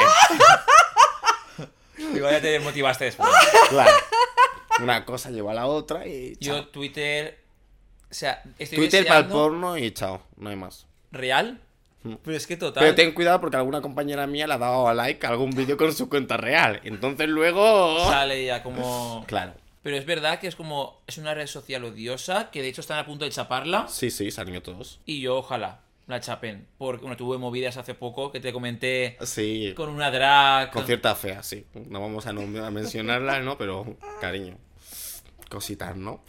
[SPEAKER 3] Igual ya te motivaste después.
[SPEAKER 4] claro. Una cosa llevó a la otra y chao.
[SPEAKER 3] Yo Twitter. O sea, estoy
[SPEAKER 4] Twitter para el
[SPEAKER 3] deseando-
[SPEAKER 4] porno y chao, no hay más.
[SPEAKER 3] real.
[SPEAKER 4] Mm.
[SPEAKER 3] Pero es que total.
[SPEAKER 4] Pero ten cuidado porque alguna compañera mía le ha dado a like a algún vídeo con su cuenta real. Entonces luego...
[SPEAKER 3] Sale ya como.
[SPEAKER 4] Claro.
[SPEAKER 3] Pero es verdad que es como. Es una red social odiosa que de hecho están a punto de chaparla.
[SPEAKER 4] Sí, sí, salió todos.
[SPEAKER 3] Y yo ojalá la chapen. Porque bueno, tuve movidas hace poco que te comenté
[SPEAKER 4] Ah, Sí,
[SPEAKER 3] con una drag.
[SPEAKER 4] con cierta fea, sí. No vamos a, nom- a mencionarla, ¿no? Pero, cariño, cositas, ¿no?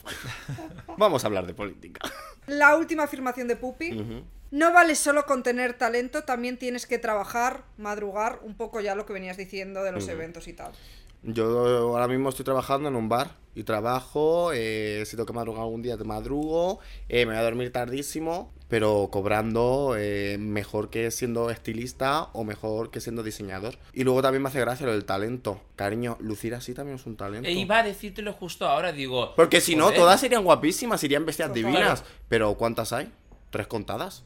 [SPEAKER 4] Vamos a hablar de política.
[SPEAKER 2] La última afirmación de Pupi. No vale solo con tener talento, también tienes que trabajar, madrugar, un poco ya lo que venías diciendo de los eventos y tal.
[SPEAKER 4] Yo ahora mismo estoy trabajando en un bar y trabajo, eh, si tengo que madrugar algún día te madrugo, eh, me voy a dormir tardísimo, pero cobrando eh, mejor que siendo estilista o mejor que siendo diseñador. Y luego también me hace gracia lo del talento. Cariño, lucir así también es un talento.
[SPEAKER 3] E iba a decírtelo justo ahora, digo.
[SPEAKER 4] Porque si no,
[SPEAKER 3] joder,
[SPEAKER 4] todas serían guapísimas, serían bestias
[SPEAKER 2] Total.
[SPEAKER 4] divinas. Pero ¿cuántas hay? Tres contadas.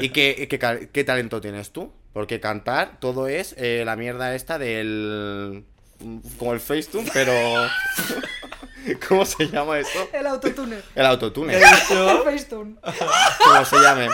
[SPEAKER 4] ¿Y qué, qué, cal- qué talento tienes tú? Porque cantar todo es eh, la mierda esta del... mm, Como el Facetune, pero... ¿Cómo se llama eso?
[SPEAKER 2] El autotune.
[SPEAKER 4] El autotune.
[SPEAKER 3] ¿Ah?
[SPEAKER 2] El Facetune.
[SPEAKER 4] ¿Cómo se llame?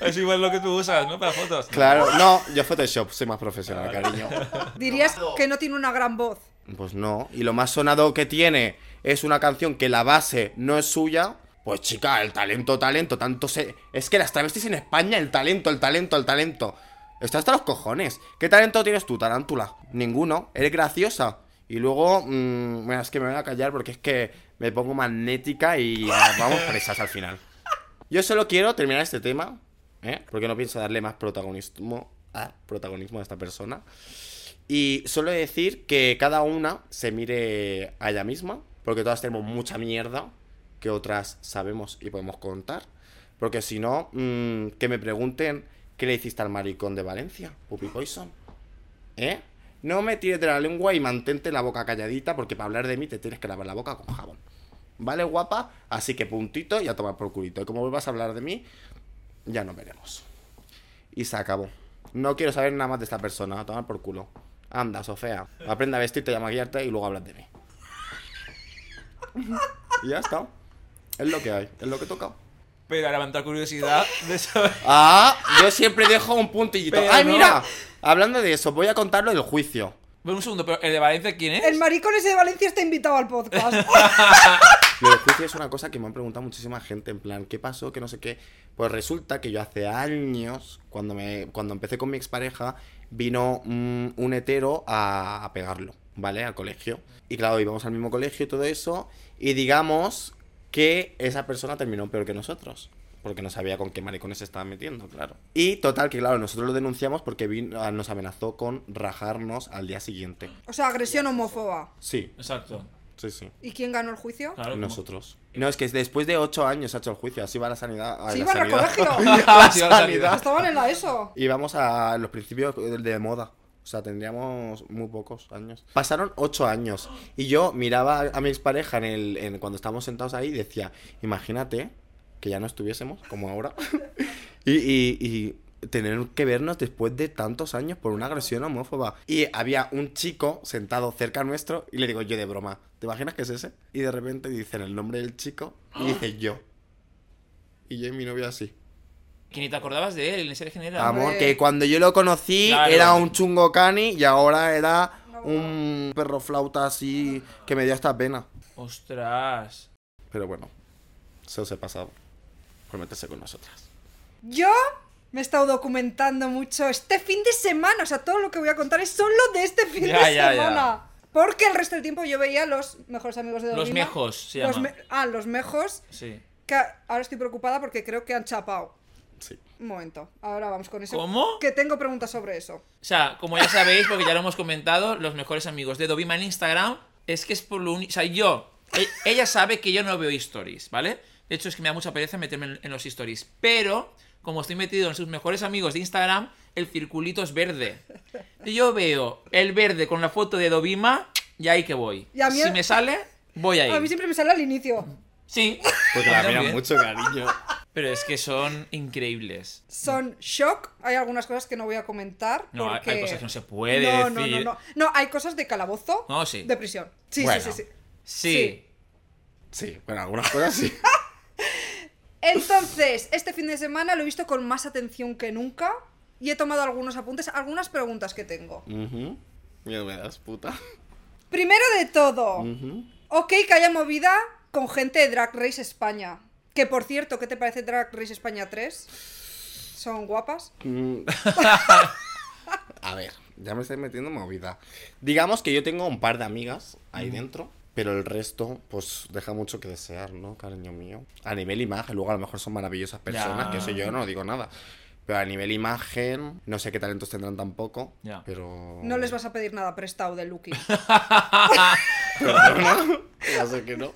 [SPEAKER 3] Es igual lo que tú usas, ¿no? Para fotos.
[SPEAKER 4] Claro. No, yo Photoshop, soy más profesional, cariño.
[SPEAKER 2] Dirías que no tiene una gran voz.
[SPEAKER 4] Pues no. Y lo más sonado que tiene es una canción que la base no es suya. Pues chica, el talento, talento, tanto se... Es que las travestis en España, el talento, el talento, el talento. Está hasta los cojones. ¿Qué talento tienes tú, tarántula? Ninguno. Eres graciosa. Y luego, mm, bueno, es que me voy a callar porque es que me pongo magnética y ah, vamos presas al final. Yo solo quiero terminar este tema, ¿eh? porque no pienso darle más protagonismo a, protagonismo a esta persona. Y solo decir que cada una se mire a ella misma, porque todas tenemos mucha mierda que otras sabemos y podemos contar. Porque si no, mm, que me pregunten qué le hiciste al maricón de Valencia, Puppy Poison. ¿Eh? No me tires de la lengua y mantente la boca calladita, porque para hablar de mí te tienes que lavar la boca con jabón. ¿Vale, guapa? Así que puntito y a tomar por culito. Y como vuelvas a hablar de mí, ya nos veremos. Y se acabó. No quiero saber nada más de esta persona. A tomar por culo. Anda, Sofía. Aprende a vestirte y a maquillarte y luego hablas de mí. Y ya está. Es lo que hay. Es lo que toca.
[SPEAKER 3] Pero a levantar curiosidad de saber.
[SPEAKER 4] Ah, yo siempre dejo un puntillito.
[SPEAKER 3] Pero
[SPEAKER 4] ¡Ay,
[SPEAKER 3] no.
[SPEAKER 4] mira! Hablando de eso, voy a contarlo del juicio.
[SPEAKER 3] Bueno, un segundo, pero ¿el de Valencia quién es?
[SPEAKER 2] El maricón ese de Valencia está invitado al podcast.
[SPEAKER 4] Lo del juicio es una cosa que me han preguntado muchísima gente, en plan, ¿qué pasó? Que no sé qué. Pues resulta que yo hace años, cuando, me, cuando empecé con mi expareja, vino mm, un hetero a, a pegarlo, ¿vale? Al colegio. Y claro, íbamos al mismo colegio y todo eso. Y digamos que esa persona terminó peor que nosotros. Porque no sabía con qué maricones se estaba metiendo, claro. Y total, que claro, nosotros lo denunciamos porque vino- ah, nos amenazó con rajarnos al día siguiente.
[SPEAKER 2] O sea, agresión homofoba.
[SPEAKER 4] Sí,
[SPEAKER 3] Exacto.
[SPEAKER 4] sí, sí.
[SPEAKER 2] ¿Y quién ganó el juicio?
[SPEAKER 3] Claro, como-
[SPEAKER 4] Nosotros. No, es que después de ocho años se ha hecho el juicio, así va la sanidad. ah,
[SPEAKER 2] Sí,
[SPEAKER 4] la
[SPEAKER 2] iban al
[SPEAKER 4] sanidad.
[SPEAKER 2] colegio.
[SPEAKER 4] La
[SPEAKER 3] Ah, Sí, va la sanidad.
[SPEAKER 4] sanidad.
[SPEAKER 2] Estaban en la ESO.
[SPEAKER 4] Y vamos a los principios de, de moda. O sea, tendríamos muy pocos años. Pasaron ocho años. Y yo miraba a mi expareja en el, en, cuando estábamos sentados ahí y decía, imagínate que ya no estuviésemos como ahora. y, y- y tener que vernos después de tantos años por una agresión homófoba. Y había un chico sentado cerca nuestro y le digo yo de broma, ¿te imaginas que es ese? Y de repente dicen el nombre del chico y dice yo. Y yo y mi novia así.
[SPEAKER 3] Que ni te acordabas de él en ese general.
[SPEAKER 4] Amor,
[SPEAKER 2] Hombre.
[SPEAKER 4] que cuando yo lo conocí
[SPEAKER 3] Claro.
[SPEAKER 4] era un chungo cani y ahora era
[SPEAKER 2] No.
[SPEAKER 4] un perro flauta así que me dio hasta pena.
[SPEAKER 3] Ostras.
[SPEAKER 4] Pero bueno, se os he pasado por meterse con nosotras.
[SPEAKER 2] Yo me he estado documentando mucho este fin de semana. O sea, todo lo que voy a contar es solo de este fin
[SPEAKER 3] Ya,
[SPEAKER 2] de
[SPEAKER 3] ya, ya.
[SPEAKER 2] semana. Porque el resto del tiempo yo veía los mejores amigos de
[SPEAKER 3] Los
[SPEAKER 2] Dolina.
[SPEAKER 3] Mejos se
[SPEAKER 2] Los
[SPEAKER 3] llama.
[SPEAKER 2] me- ah, los mejos.
[SPEAKER 3] Sí.
[SPEAKER 2] Que a- ahora estoy preocupada porque creo que han chapado.
[SPEAKER 4] Sí.
[SPEAKER 2] Un momento. Ahora vamos con eso.
[SPEAKER 3] ¿Cómo?
[SPEAKER 2] Que tengo preguntas sobre eso.
[SPEAKER 3] O sea, como ya sabéis, porque ya lo hemos comentado, los mejores amigos de Dovima en Instagram es que es por lo único. O sea, yo. e- Ella sabe que yo no veo stories, ¿vale? De hecho, es que me da mucha pereza meterme en- en los stories. Pero, como estoy metido en sus mejores amigos de Instagram, el circulito es verde. Y yo veo el verde con la foto de Dovima y ahí que voy.
[SPEAKER 2] Y a mí-
[SPEAKER 3] Si me sale, voy ahí.
[SPEAKER 2] A mí siempre me sale al inicio.
[SPEAKER 3] Sí.
[SPEAKER 4] Porque Pues la
[SPEAKER 3] También.
[SPEAKER 4] miran mucho, cariño.
[SPEAKER 3] Pero es que son increíbles.
[SPEAKER 2] Son shock. Hay algunas cosas que no voy a comentar.
[SPEAKER 3] No, hay-
[SPEAKER 2] porque-
[SPEAKER 3] hay cosas que no se puede
[SPEAKER 2] No, no,
[SPEAKER 3] decir.
[SPEAKER 2] No, no, no. hay cosas de calabozo.
[SPEAKER 3] No, sí.
[SPEAKER 2] De prisión. Sí,
[SPEAKER 4] Bueno.
[SPEAKER 2] sí, sí, sí.
[SPEAKER 3] Sí.
[SPEAKER 4] Sí, bueno, algunas cosas sí.
[SPEAKER 2] Entonces, este fin de semana lo he visto con más atención que nunca y he tomado algunos apuntes, algunas preguntas que tengo.
[SPEAKER 4] Ujú. Mira, me das puta.
[SPEAKER 2] Primero de todo,
[SPEAKER 4] Ujú.
[SPEAKER 2] ok que haya movida con gente de Drag Race España. Que por cierto, ¿qué te parece Drag Race España 3? ¿Son guapas?
[SPEAKER 4] Mm. A ver, ya me estoy metiendo en movida. Digamos que yo tengo un par de amigas ahí dentro, pero el resto, pues deja mucho que desear, ¿no, cariño mío? A nivel imagen, luego a lo mejor son maravillosas personas,
[SPEAKER 3] Ya.
[SPEAKER 4] que eso yo no digo nada. Pero a nivel imagen, no sé qué talentos tendrán tampoco,
[SPEAKER 3] Ya.
[SPEAKER 4] pero...
[SPEAKER 2] No les vas a pedir nada prestado de Lucky.
[SPEAKER 4] Perdona, ya sé que no.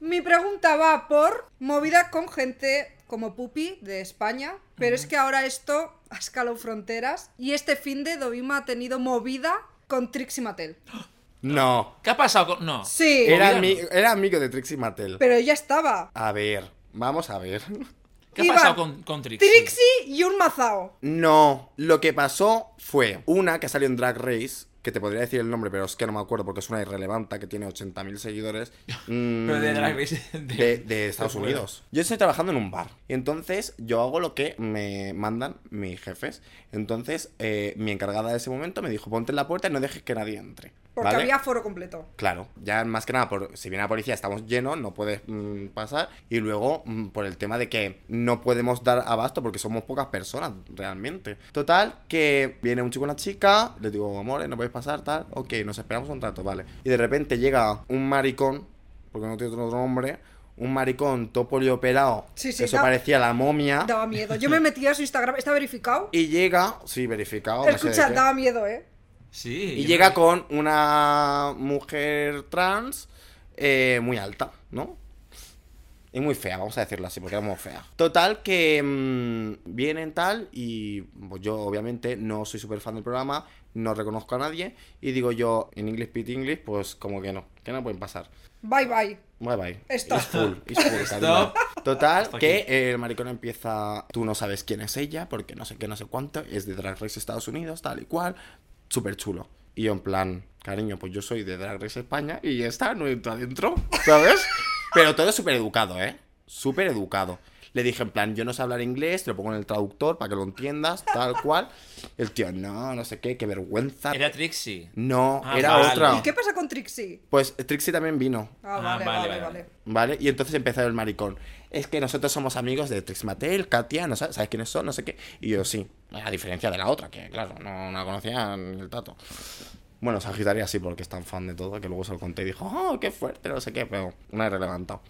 [SPEAKER 2] Mi pregunta va por movida con gente como Pupi de España, pero es que ahora esto ha escalado fronteras y este fin de Dovima ha tenido movida con Trixie Mattel.
[SPEAKER 4] No,
[SPEAKER 3] ¿Qué ha pasado con.? No.
[SPEAKER 2] Sí,
[SPEAKER 4] era,
[SPEAKER 3] Obvio,
[SPEAKER 4] ami-
[SPEAKER 3] no.
[SPEAKER 4] era amigo de Trixie Mattel.
[SPEAKER 2] pero ya estaba.
[SPEAKER 4] A ver, vamos a ver.
[SPEAKER 3] ¿Qué
[SPEAKER 2] Iba
[SPEAKER 3] ha pasado con, con Trixie?
[SPEAKER 2] Trixie y un mazao.
[SPEAKER 4] No, lo que pasó fue una que salió en Drag Race, que te podría decir el nombre, pero es que no me acuerdo porque es una irrelevante que tiene 80.000 seguidores. Mm,
[SPEAKER 3] Pero de Drag Race. de-
[SPEAKER 4] de- de Estados
[SPEAKER 3] fuera.
[SPEAKER 4] Unidos. Yo estoy trabajando en un bar. Y entonces yo hago lo que me mandan mis jefes. Entonces eh, mi encargada de ese momento me dijo, ponte en la puerta y no dejes que nadie entre.
[SPEAKER 2] Porque
[SPEAKER 4] ¿vale?
[SPEAKER 2] había foro completo.
[SPEAKER 4] Claro, ya más que nada, por, si viene la policía estamos llenos, no puedes mm, pasar. Y luego mm, por el tema de que no podemos dar abasto porque somos pocas personas realmente. Total, que viene un chico y una chica, le digo, amores, no puedes pasar, tal. Ok, nos esperamos un rato, vale. Y de repente llega un maricón, porque no tiene otro otro nombre, un maricón topolio operado.
[SPEAKER 2] Sí, sí,
[SPEAKER 4] Eso
[SPEAKER 2] da-
[SPEAKER 4] parecía la momia.
[SPEAKER 2] Daba miedo. Yo me metía a su Instagram, está verificado.
[SPEAKER 4] Ah. Y llega, sí, verificado. no sé de
[SPEAKER 2] Escucha,
[SPEAKER 4] qué.
[SPEAKER 2] daba miedo, ¿eh?
[SPEAKER 3] Sí.
[SPEAKER 4] Y
[SPEAKER 3] yo
[SPEAKER 4] llega
[SPEAKER 3] creo-
[SPEAKER 4] con una mujer trans eh, muy alta, ¿no? Y muy fea, vamos a decirlo así, porque era muy fea. Total, que mm, vienen tal y pues yo obviamente no soy súper fan del programa, no reconozco a nadie y digo yo, en English, Pit English, pues como que no, que no pueden pasar.
[SPEAKER 2] Bye bye.
[SPEAKER 4] Bye bye.
[SPEAKER 2] Stop.
[SPEAKER 4] It's full, it's full, cariño.
[SPEAKER 3] Stop.
[SPEAKER 4] Total,
[SPEAKER 3] Hasta
[SPEAKER 4] que eh, el maricón empieza. Tú no sabes quién es ella, porque no sé qué, no sé cuánto. Es de Drag Race Estados Unidos, tal y cual. Súper chulo. Y yo, en plan, cariño, pues yo soy de Drag Race España y esta no entra adentro, ¿sabes? Pero todo súper educado, ¿eh? Súper educado. Le dije, en plan, yo no sé hablar inglés, te lo pongo en el traductor para que lo entiendas, tal cual. El tío, no, no sé qué, qué vergüenza.
[SPEAKER 3] Era Trixie.
[SPEAKER 4] No,
[SPEAKER 3] Ah,
[SPEAKER 4] era
[SPEAKER 3] vale.
[SPEAKER 4] otra.
[SPEAKER 2] ¿Y qué pasa con Trixie?
[SPEAKER 4] Pues Trixie también vino.
[SPEAKER 2] Ah,
[SPEAKER 3] Ah,
[SPEAKER 2] vale,
[SPEAKER 3] vale,
[SPEAKER 2] vale,
[SPEAKER 3] vale.
[SPEAKER 2] vale.
[SPEAKER 4] ¿Vale? Y entonces empezó el maricón. Es que nosotros somos amigos de Trix Mattel, Katia, no sabes, ¿sabes quiénes son? No sé qué. Y yo sí, a diferencia de la otra, que claro, no, no la conocía ni el tato. Bueno, Sagitaria sí, porque es tan fan de todo, que luego se lo conté y dijo, oh, qué fuerte, no sé qué, pero una irrelevanta.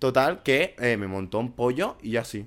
[SPEAKER 4] Total, que eh, me montó un pollo y yo así.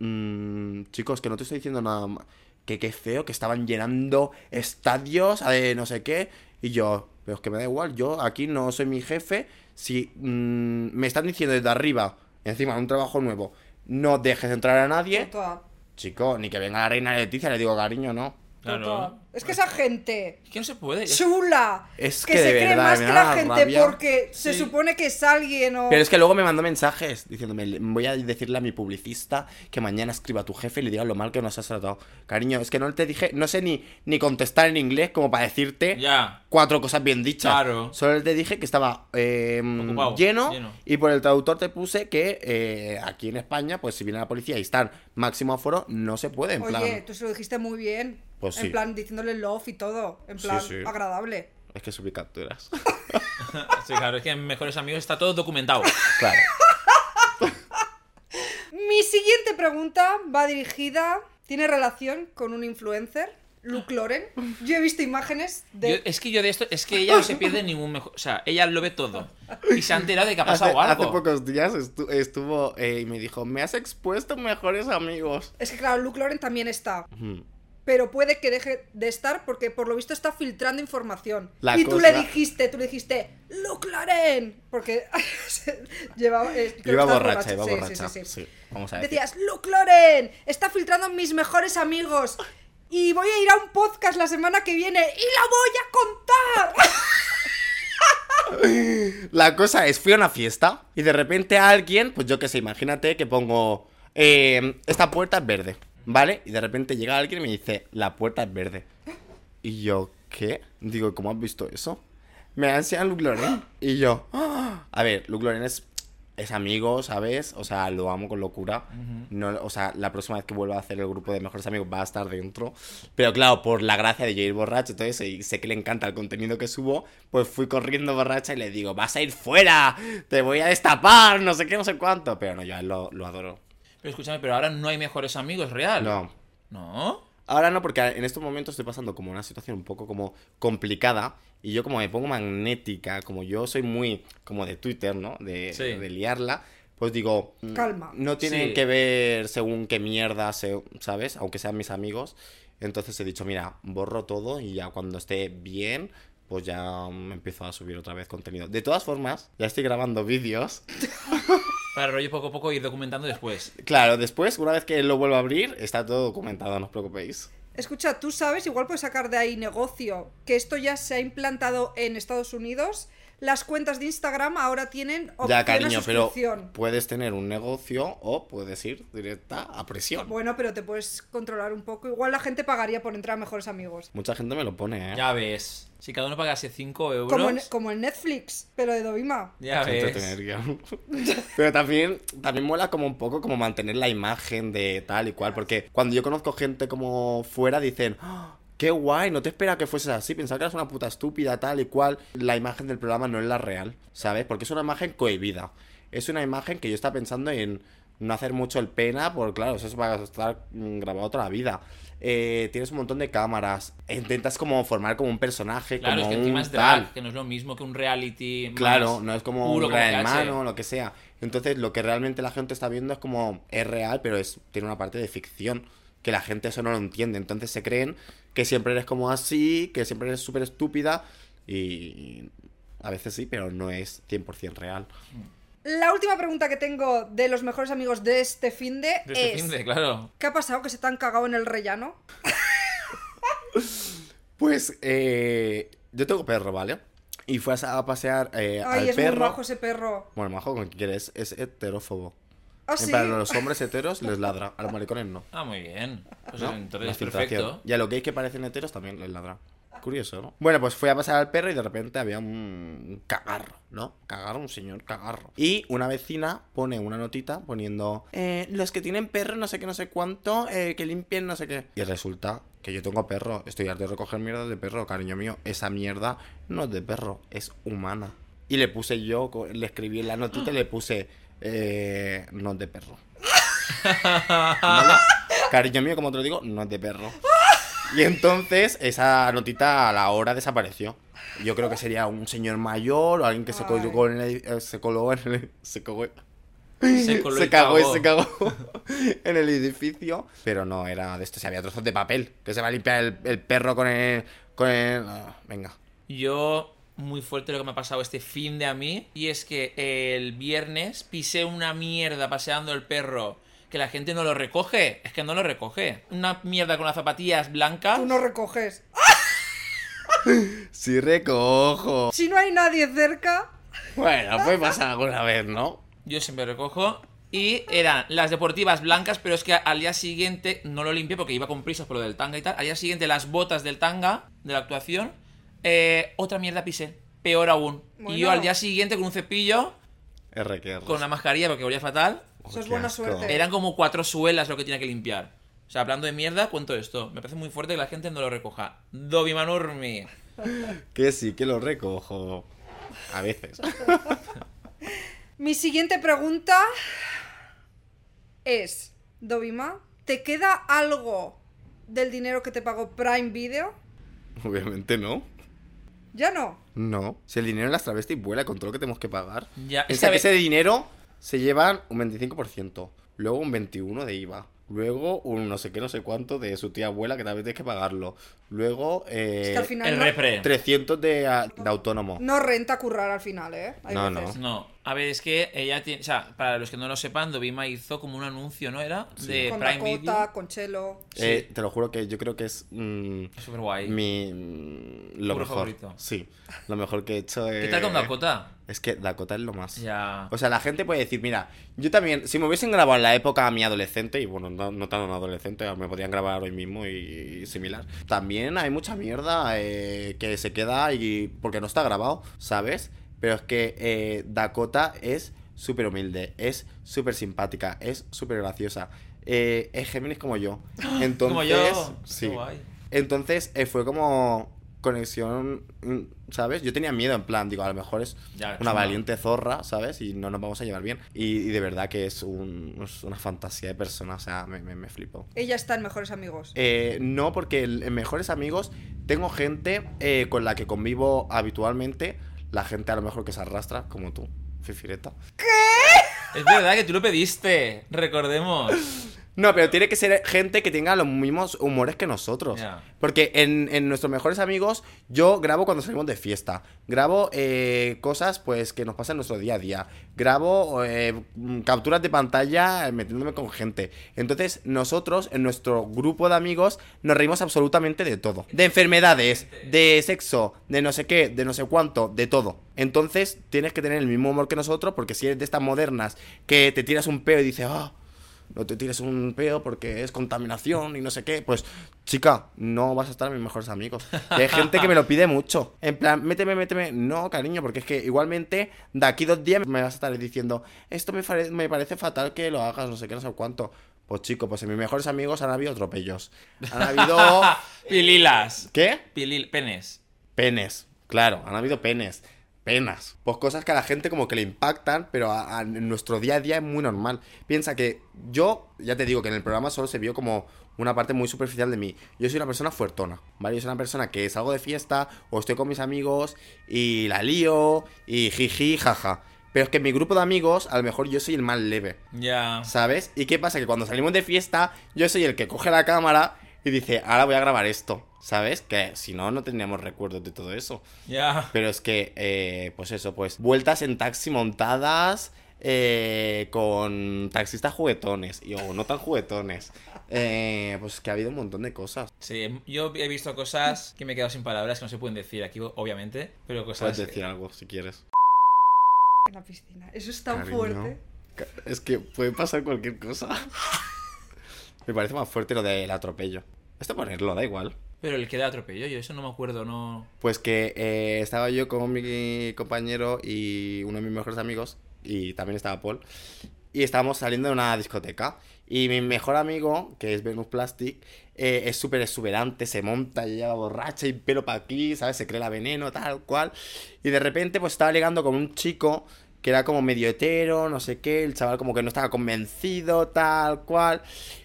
[SPEAKER 4] Mm, chicos, que no te estoy diciendo nada ma- Que qué feo, que estaban llenando estadios, eh, no sé qué. Y yo, pero es que me da igual, yo aquí no soy mi jefe. Si mm, me están diciendo desde arriba, encima de un trabajo nuevo, no dejes entrar a nadie.
[SPEAKER 2] Total,
[SPEAKER 4] Chico, ni que venga la reina Leticia, le digo, cariño, no.
[SPEAKER 3] Claro.
[SPEAKER 2] total. Es que esa gente
[SPEAKER 3] Es que no se puede. Es-
[SPEAKER 2] chula
[SPEAKER 4] Es
[SPEAKER 2] que,
[SPEAKER 4] que
[SPEAKER 2] se
[SPEAKER 4] de
[SPEAKER 2] cree
[SPEAKER 4] verdad,
[SPEAKER 2] más
[SPEAKER 4] me
[SPEAKER 2] que
[SPEAKER 4] da
[SPEAKER 2] la
[SPEAKER 4] una
[SPEAKER 2] gente
[SPEAKER 4] rabia.
[SPEAKER 2] porque se
[SPEAKER 3] Sí.
[SPEAKER 2] supone que es alguien o
[SPEAKER 4] Pero es que luego me mandó mensajes diciéndome, "Le- voy a decirle a mi publicista que mañana escriba a tu jefe y le diga lo mal que nos has tratado. Cariño, es que no te dije, no sé ni, ni contestar en inglés como para decirte
[SPEAKER 3] Ya.
[SPEAKER 4] cuatro cosas bien dichas.
[SPEAKER 3] Claro.
[SPEAKER 4] Solo te dije que estaba eh,
[SPEAKER 3] Ocupado,
[SPEAKER 4] lleno,
[SPEAKER 3] lleno.
[SPEAKER 4] y por el traductor te puse que eh, aquí en España, pues si viene la policía y están máximo aforo, no se puede, en
[SPEAKER 2] Oye,
[SPEAKER 4] plan...
[SPEAKER 2] tú se lo dijiste muy bien.
[SPEAKER 4] Pues
[SPEAKER 2] En
[SPEAKER 4] sí.
[SPEAKER 2] plan, diciéndole love y todo. En
[SPEAKER 4] Sí,
[SPEAKER 2] plan,
[SPEAKER 4] sí.
[SPEAKER 2] agradable.
[SPEAKER 4] Es que subí capturas.
[SPEAKER 3] Sí, claro. Es que en Mejores Amigos está todo documentado.
[SPEAKER 4] claro.
[SPEAKER 2] Mi siguiente pregunta va dirigida. ¿Tiene relación con un influencer? Luke Loren. Yo he visto imágenes
[SPEAKER 3] Yo-
[SPEAKER 2] de.
[SPEAKER 3] es que yo de esto, es que ella no se pierde ningún mejor. O sea, ella lo ve todo. Y se ha enterado de que ha
[SPEAKER 4] Hace,
[SPEAKER 3] pasado
[SPEAKER 4] hace
[SPEAKER 3] algo.
[SPEAKER 4] pocos días estu- estuvo eh, y me dijo, me has expuesto mejores amigos.
[SPEAKER 2] Es que claro, Luke Loren también está.
[SPEAKER 4] Mm.
[SPEAKER 2] Pero puede que deje de estar porque por lo visto está filtrando información.
[SPEAKER 4] La
[SPEAKER 2] y tú
[SPEAKER 4] cosa-
[SPEAKER 2] le dijiste, tú le dijiste, Luke Loren. Porque se- llevaba. eh, creo que
[SPEAKER 4] Iba
[SPEAKER 2] estaba
[SPEAKER 4] borracha, iba
[SPEAKER 2] Sí, sí,
[SPEAKER 4] borracha.
[SPEAKER 2] sí, sí.
[SPEAKER 4] Sí, Vamos a ver.
[SPEAKER 2] Decías, Luke Loren, está filtrando a mis mejores amigos. Y voy a ir a un podcast la semana que viene y la voy a contar.
[SPEAKER 4] La cosa es, fui a una fiesta y de repente alguien, pues yo qué sé, imagínate que pongo, eh, esta puerta es verde, ¿vale? Y de repente llega alguien y me dice, la puerta es verde. Y yo, ¿qué? Digo, ¿cómo has visto eso? Me enseñan Luke Loren. Y yo, "Ah". a ver, Luke Loren es, es amigo, ¿sabes? O sea, lo amo con locura. no, o sea, la próxima vez que vuelva a hacer el grupo de mejores amigos va a estar dentro. Pero claro, por la gracia de yo ir borracho, entonces y sé que le encanta el contenido que subo, pues fui corriendo borracha y le digo, vas a ir fuera, te voy a destapar, no sé qué, no sé cuánto. Pero no, yo a él lo, lo adoro.
[SPEAKER 3] Pero escúchame, pero ahora no hay mejores amigos, real.
[SPEAKER 4] No.
[SPEAKER 3] ¿No?
[SPEAKER 4] Ahora no, porque en estos momentos estoy pasando como una situación un poco como complicada. Y yo como me pongo magnética, como yo soy muy como de Twitter, ¿no? De,
[SPEAKER 3] Sí.
[SPEAKER 4] de liarla. Pues digo, mm,
[SPEAKER 2] Calma.
[SPEAKER 4] no tienen
[SPEAKER 3] Sí.
[SPEAKER 4] que ver según qué mierda, se- ¿sabes? Aunque sean mis amigos. Entonces he dicho, mira, borro todo y ya cuando esté bien, pues ya mm, empiezo a subir otra vez contenido. De todas formas, ya estoy grabando vídeos
[SPEAKER 3] Para rollo poco a poco ir documentando después.
[SPEAKER 4] Claro, después, una vez que lo vuelva a abrir, está todo documentado, no os preocupéis.
[SPEAKER 2] Escucha, tú sabes, igual puedes sacar de ahí negocio, que esto ya se ha implantado en Estados Unidos. Las cuentas de Instagram ahora tienen opción
[SPEAKER 4] ya,
[SPEAKER 2] a
[SPEAKER 4] cariño, pero
[SPEAKER 2] suscripción.
[SPEAKER 4] puedes tener un negocio o puedes ir directa a presión.
[SPEAKER 2] Bueno, pero te puedes controlar un poco. Igual la gente pagaría por entrar a mejores amigos.
[SPEAKER 4] Mucha gente me lo pone, ¿eh?
[SPEAKER 3] Ya ves. Si cada uno pagase 5 euros.
[SPEAKER 2] Como en, como en Netflix, pero de Dovima.
[SPEAKER 3] Ya
[SPEAKER 4] Qué
[SPEAKER 3] ves.
[SPEAKER 4] entretenido. Pero también, también mola como un poco como mantener la imagen de tal y cual, porque cuando yo conozco gente como fuera dicen, "Ah, qué guay, no te esperaba que fueses así, pensaba que eras una puta estúpida, tal y cual. La imagen del programa no es la real, ¿sabes? Porque es una imagen cohibida. Es una imagen que yo estaba pensando en no hacer mucho el pena, porque claro, eso va a estar mm, grabado toda la vida. Eh, tienes un montón de cámaras, intentas como formar como un personaje,
[SPEAKER 3] Claro, es
[SPEAKER 4] como
[SPEAKER 3] que encima
[SPEAKER 4] un
[SPEAKER 3] es drag,
[SPEAKER 4] tal.
[SPEAKER 3] que no es lo mismo que un reality. más
[SPEAKER 4] Claro, no es como
[SPEAKER 3] puro,
[SPEAKER 4] un gran
[SPEAKER 3] que hace.
[SPEAKER 4] hermano, lo que sea. Entonces, lo que realmente la gente está viendo es como es real, pero es tiene una parte de ficción que la gente eso no lo entiende. Entonces se creen que siempre eres como así, que siempre eres súper estúpida y a veces sí, pero no es 100% real.
[SPEAKER 2] La última pregunta que tengo de los mejores amigos de este finde
[SPEAKER 3] De este
[SPEAKER 2] es...
[SPEAKER 3] finde, claro.
[SPEAKER 2] ¿Qué ha pasado que se te han cagado en el rellano?
[SPEAKER 4] Pues eh, yo tengo perro, ¿vale? Y fue a, a pasear eh,
[SPEAKER 2] Ay,
[SPEAKER 4] al
[SPEAKER 2] es muy
[SPEAKER 4] perro.
[SPEAKER 2] bajo ese perro.
[SPEAKER 4] Bueno, majo, ¿con qué quieres? Es heterófobo.
[SPEAKER 2] Ah,
[SPEAKER 4] En
[SPEAKER 2] sí.
[SPEAKER 4] plan, a los hombres heteros les ladra, a los maricones no.
[SPEAKER 3] Ah, muy bien. Pues
[SPEAKER 4] ¿no?
[SPEAKER 3] entonces
[SPEAKER 4] La
[SPEAKER 3] es
[SPEAKER 4] filtración.
[SPEAKER 3] perfecto.
[SPEAKER 4] Y a lo que es que parecen heteros también les ladra. Curioso, ¿no? Bueno, pues fui a pasar al perro y de repente había un cagarro, ¿no? Cagarro, un señor cagarro. Y una vecina pone una notita poniendo... eh, los que tienen perro, no sé qué, no sé cuánto, eh, que limpien, no sé qué. Y resulta que yo tengo perro. Estoy harto de recoger mierda de perro, cariño mío. Esa mierda no es de perro, es humana. Y le puse yo, co- le escribí en la notita y le puse... eh, no es de perro. ¿Vale? Cariño mío, como te lo digo, no es de perro. Y entonces esa notita a la hora desapareció. Yo creo que sería un señor mayor o alguien que se
[SPEAKER 2] Ay.
[SPEAKER 4] colgó en el, eh, se coló en el, se cogó-
[SPEAKER 3] Se, coló
[SPEAKER 4] se
[SPEAKER 3] y
[SPEAKER 4] cagó y
[SPEAKER 3] cagó.
[SPEAKER 4] se cagó en el edificio, pero no era de esto, se había trozos de papel que se va a limpiar el, el perro con el con el ah, venga.
[SPEAKER 3] Yo, muy fuerte lo que me ha pasado este fin de a mí. Y es que el viernes pisé una mierda paseando el perro. Que la gente no lo recoge. Es que no lo recoge. Una mierda con las zapatillas blancas.
[SPEAKER 2] Tú no recoges.
[SPEAKER 4] Sí recojo.
[SPEAKER 2] Si no hay nadie cerca,
[SPEAKER 4] Bueno, puede pasar alguna vez, ¿no?
[SPEAKER 3] Yo siempre recojo. Y eran las deportivas blancas, pero es que al día siguiente no lo limpié porque iba con prisas por lo del tanga y tal. Al día siguiente las botas del tanga, de la actuación, eh, otra mierda pisé. Peor aún. Y yo
[SPEAKER 2] Bueno.
[SPEAKER 3] al día siguiente con un cepillo,
[SPEAKER 4] R que R.
[SPEAKER 3] con la mascarilla porque olía fatal,
[SPEAKER 4] Oh,
[SPEAKER 2] Eso es
[SPEAKER 4] qué
[SPEAKER 2] buena
[SPEAKER 4] asco.
[SPEAKER 2] suerte.
[SPEAKER 3] eran como cuatro suelas lo que tenía que limpiar. O sea, hablando de mierda, cuento esto. Me parece muy fuerte que la gente no lo recoja. Dobi Manurmi.
[SPEAKER 4] Que sí, que lo recojo. A veces.
[SPEAKER 2] mi siguiente pregunta es, Dovima, ¿te queda algo del dinero que te pagó Prime Video?
[SPEAKER 4] Obviamente no.
[SPEAKER 2] Ya no.
[SPEAKER 4] No. Si el dinero en las travestis vuela con todo lo que tenemos que pagar.
[SPEAKER 3] Ya,
[SPEAKER 4] Piensa
[SPEAKER 3] esta
[SPEAKER 4] que
[SPEAKER 3] vez-
[SPEAKER 4] ese dinero se llevan un 25%, luego un 21% de IVA, luego un no sé qué, no sé cuánto de su tía abuela que también tienes que pagarlo, luego eh,
[SPEAKER 2] Es que al final
[SPEAKER 3] El
[SPEAKER 2] no,
[SPEAKER 3] repre.
[SPEAKER 4] 300 de, a- de autónomo.
[SPEAKER 3] Mm,
[SPEAKER 2] no renta currar al final, ¿eh? Hay
[SPEAKER 4] No,
[SPEAKER 2] veces.
[SPEAKER 3] No, a ver, es que ella tiene. O sea, para los que no lo sepan, Dovima hizo como un anuncio, ¿no era? De
[SPEAKER 2] Con
[SPEAKER 3] Eh, Prime
[SPEAKER 2] Dakota,
[SPEAKER 3] Video.
[SPEAKER 2] con Chelo.
[SPEAKER 4] Eh, te lo juro que yo creo que es mm,
[SPEAKER 3] Súper guay.
[SPEAKER 4] mi mm, lo
[SPEAKER 3] Puro
[SPEAKER 4] mejor.
[SPEAKER 3] favorito.
[SPEAKER 4] Sí, lo mejor que he hecho
[SPEAKER 3] ¿Qué
[SPEAKER 4] es
[SPEAKER 3] tal con Dakota?
[SPEAKER 4] Es que Dakota es lo más.
[SPEAKER 3] Ya.
[SPEAKER 4] O sea, la gente puede decir, mira, yo también, si me hubiesen grabado en la época a mi adolescente, y bueno, no, no tan adolescente, me podían grabar hoy mismo y, y similar. También hay mucha mierda eh, que se queda y porque no está grabado, ¿sabes? Pero es que eh, Dakota es súper humilde, es súper simpática, es súper graciosa. Eh, es Géminis como yo. Entonces,
[SPEAKER 3] Como yo.
[SPEAKER 4] Sí.
[SPEAKER 3] Qué guay.
[SPEAKER 4] Entonces eh, fue como conexión, mm, ¿sabes? Yo tenía miedo, en plan, digo, a lo mejor Ah, es
[SPEAKER 3] Ya,
[SPEAKER 4] una
[SPEAKER 3] chungo.
[SPEAKER 4] valiente zorra, ¿sabes? Y no nos vamos a llevar bien. Y, y de verdad que es, un- es una fantasía de persona, o sea, me, me, me flipo.
[SPEAKER 2] Ella está en Mejores Amigos.
[SPEAKER 4] Eh, no, porque el- en Mejores Amigos tengo gente eh, con la que convivo habitualmente, la gente a lo mejor que se arrastra, como tú, Fifireta.
[SPEAKER 3] Es verdad que tú lo pediste, recordemos.
[SPEAKER 4] No, pero tiene que ser gente que tenga los mismos humores que nosotros.
[SPEAKER 3] Ya.
[SPEAKER 4] Porque en, en nuestros mejores amigos, yo grabo cuando salimos de fiesta. Grabo eh, cosas pues que nos pasan en nuestro día a día. Grabo eh, mm, capturas de pantalla eh, metiéndome con gente. Entonces, nosotros, en nuestro grupo de amigos, nos reímos absolutamente de todo. De enfermedades, de sexo, de no sé qué, de no sé cuánto, de todo. Entonces, tienes que tener el mismo humor que nosotros, porque si eres de estas modernas que te tiras un peo y dices, ah no te tires un peo porque es contaminación y no sé qué. Pues, chica, no vas a estar mis mejores amigos. Y hay gente que me lo pide mucho. En plan, méteme, méteme. No, cariño, porque es que igualmente de aquí dos días me vas a estar diciendo, esto me, fare- me parece fatal que lo hagas, no sé qué, no sé cuánto. Pues, chico, pues en mis mejores amigos han habido atropellos. Han habido.
[SPEAKER 3] Ah, Pililas.
[SPEAKER 4] ¿Qué?
[SPEAKER 3] Pilil, penes.
[SPEAKER 4] Penes, claro, han habido penes, penas. Pues cosas que a la gente como que le impactan, pero a- a- en nuestro día a día es muy normal. Piensa que yo, ya te digo que en el programa solo se vio como una parte muy superficial de mí. Yo soy una persona fuertona, ¿vale? Yo soy una persona que salgo de fiesta o estoy con mis amigos y la lío y jiji, jaja. Pero es que en mi grupo de amigos, a lo mejor yo soy el más leve.
[SPEAKER 3] Ya.
[SPEAKER 4] ¿Sabes? ¿Y qué pasa? Que cuando salimos de fiesta, yo soy el que coge la cámara y dice, ahora voy a grabar esto. ¿Sabes? Que si no, no tendríamos recuerdos de todo eso.
[SPEAKER 3] Ya.
[SPEAKER 4] Pero es que, eh, pues eso, pues vueltas en taxi montadas eh, con taxistas juguetones y o no tan juguetones. Eh, pues que ha habido un montón de cosas.
[SPEAKER 3] Sí, yo he visto cosas que me he quedado sin palabras que no se pueden decir aquí, obviamente, pero cosas.
[SPEAKER 4] Puedes decir algo si quieres.
[SPEAKER 2] En la piscina. Eso es tan
[SPEAKER 4] Cariño.
[SPEAKER 2] fuerte.
[SPEAKER 4] Ca- Es que puede pasar cualquier cosa. Me parece más fuerte lo del atropello. Esto ponerlo, da igual.
[SPEAKER 3] Pero el que da atropello, yo eso no me acuerdo, no.
[SPEAKER 4] Pues que eh, estaba yo con mi compañero y uno de mis mejores amigos, y también estaba Paul, y estábamos saliendo de una discoteca. Y mi mejor amigo, que es Venus Plastic, eh, es súper exuberante, se monta, lleva borracha y pelo para aquí, ¿sabes? Se cree la veneno, tal cual. Y de repente, pues estaba ligando con un chico que era como medio hetero, no sé qué, el chaval como que no estaba convencido, tal cual.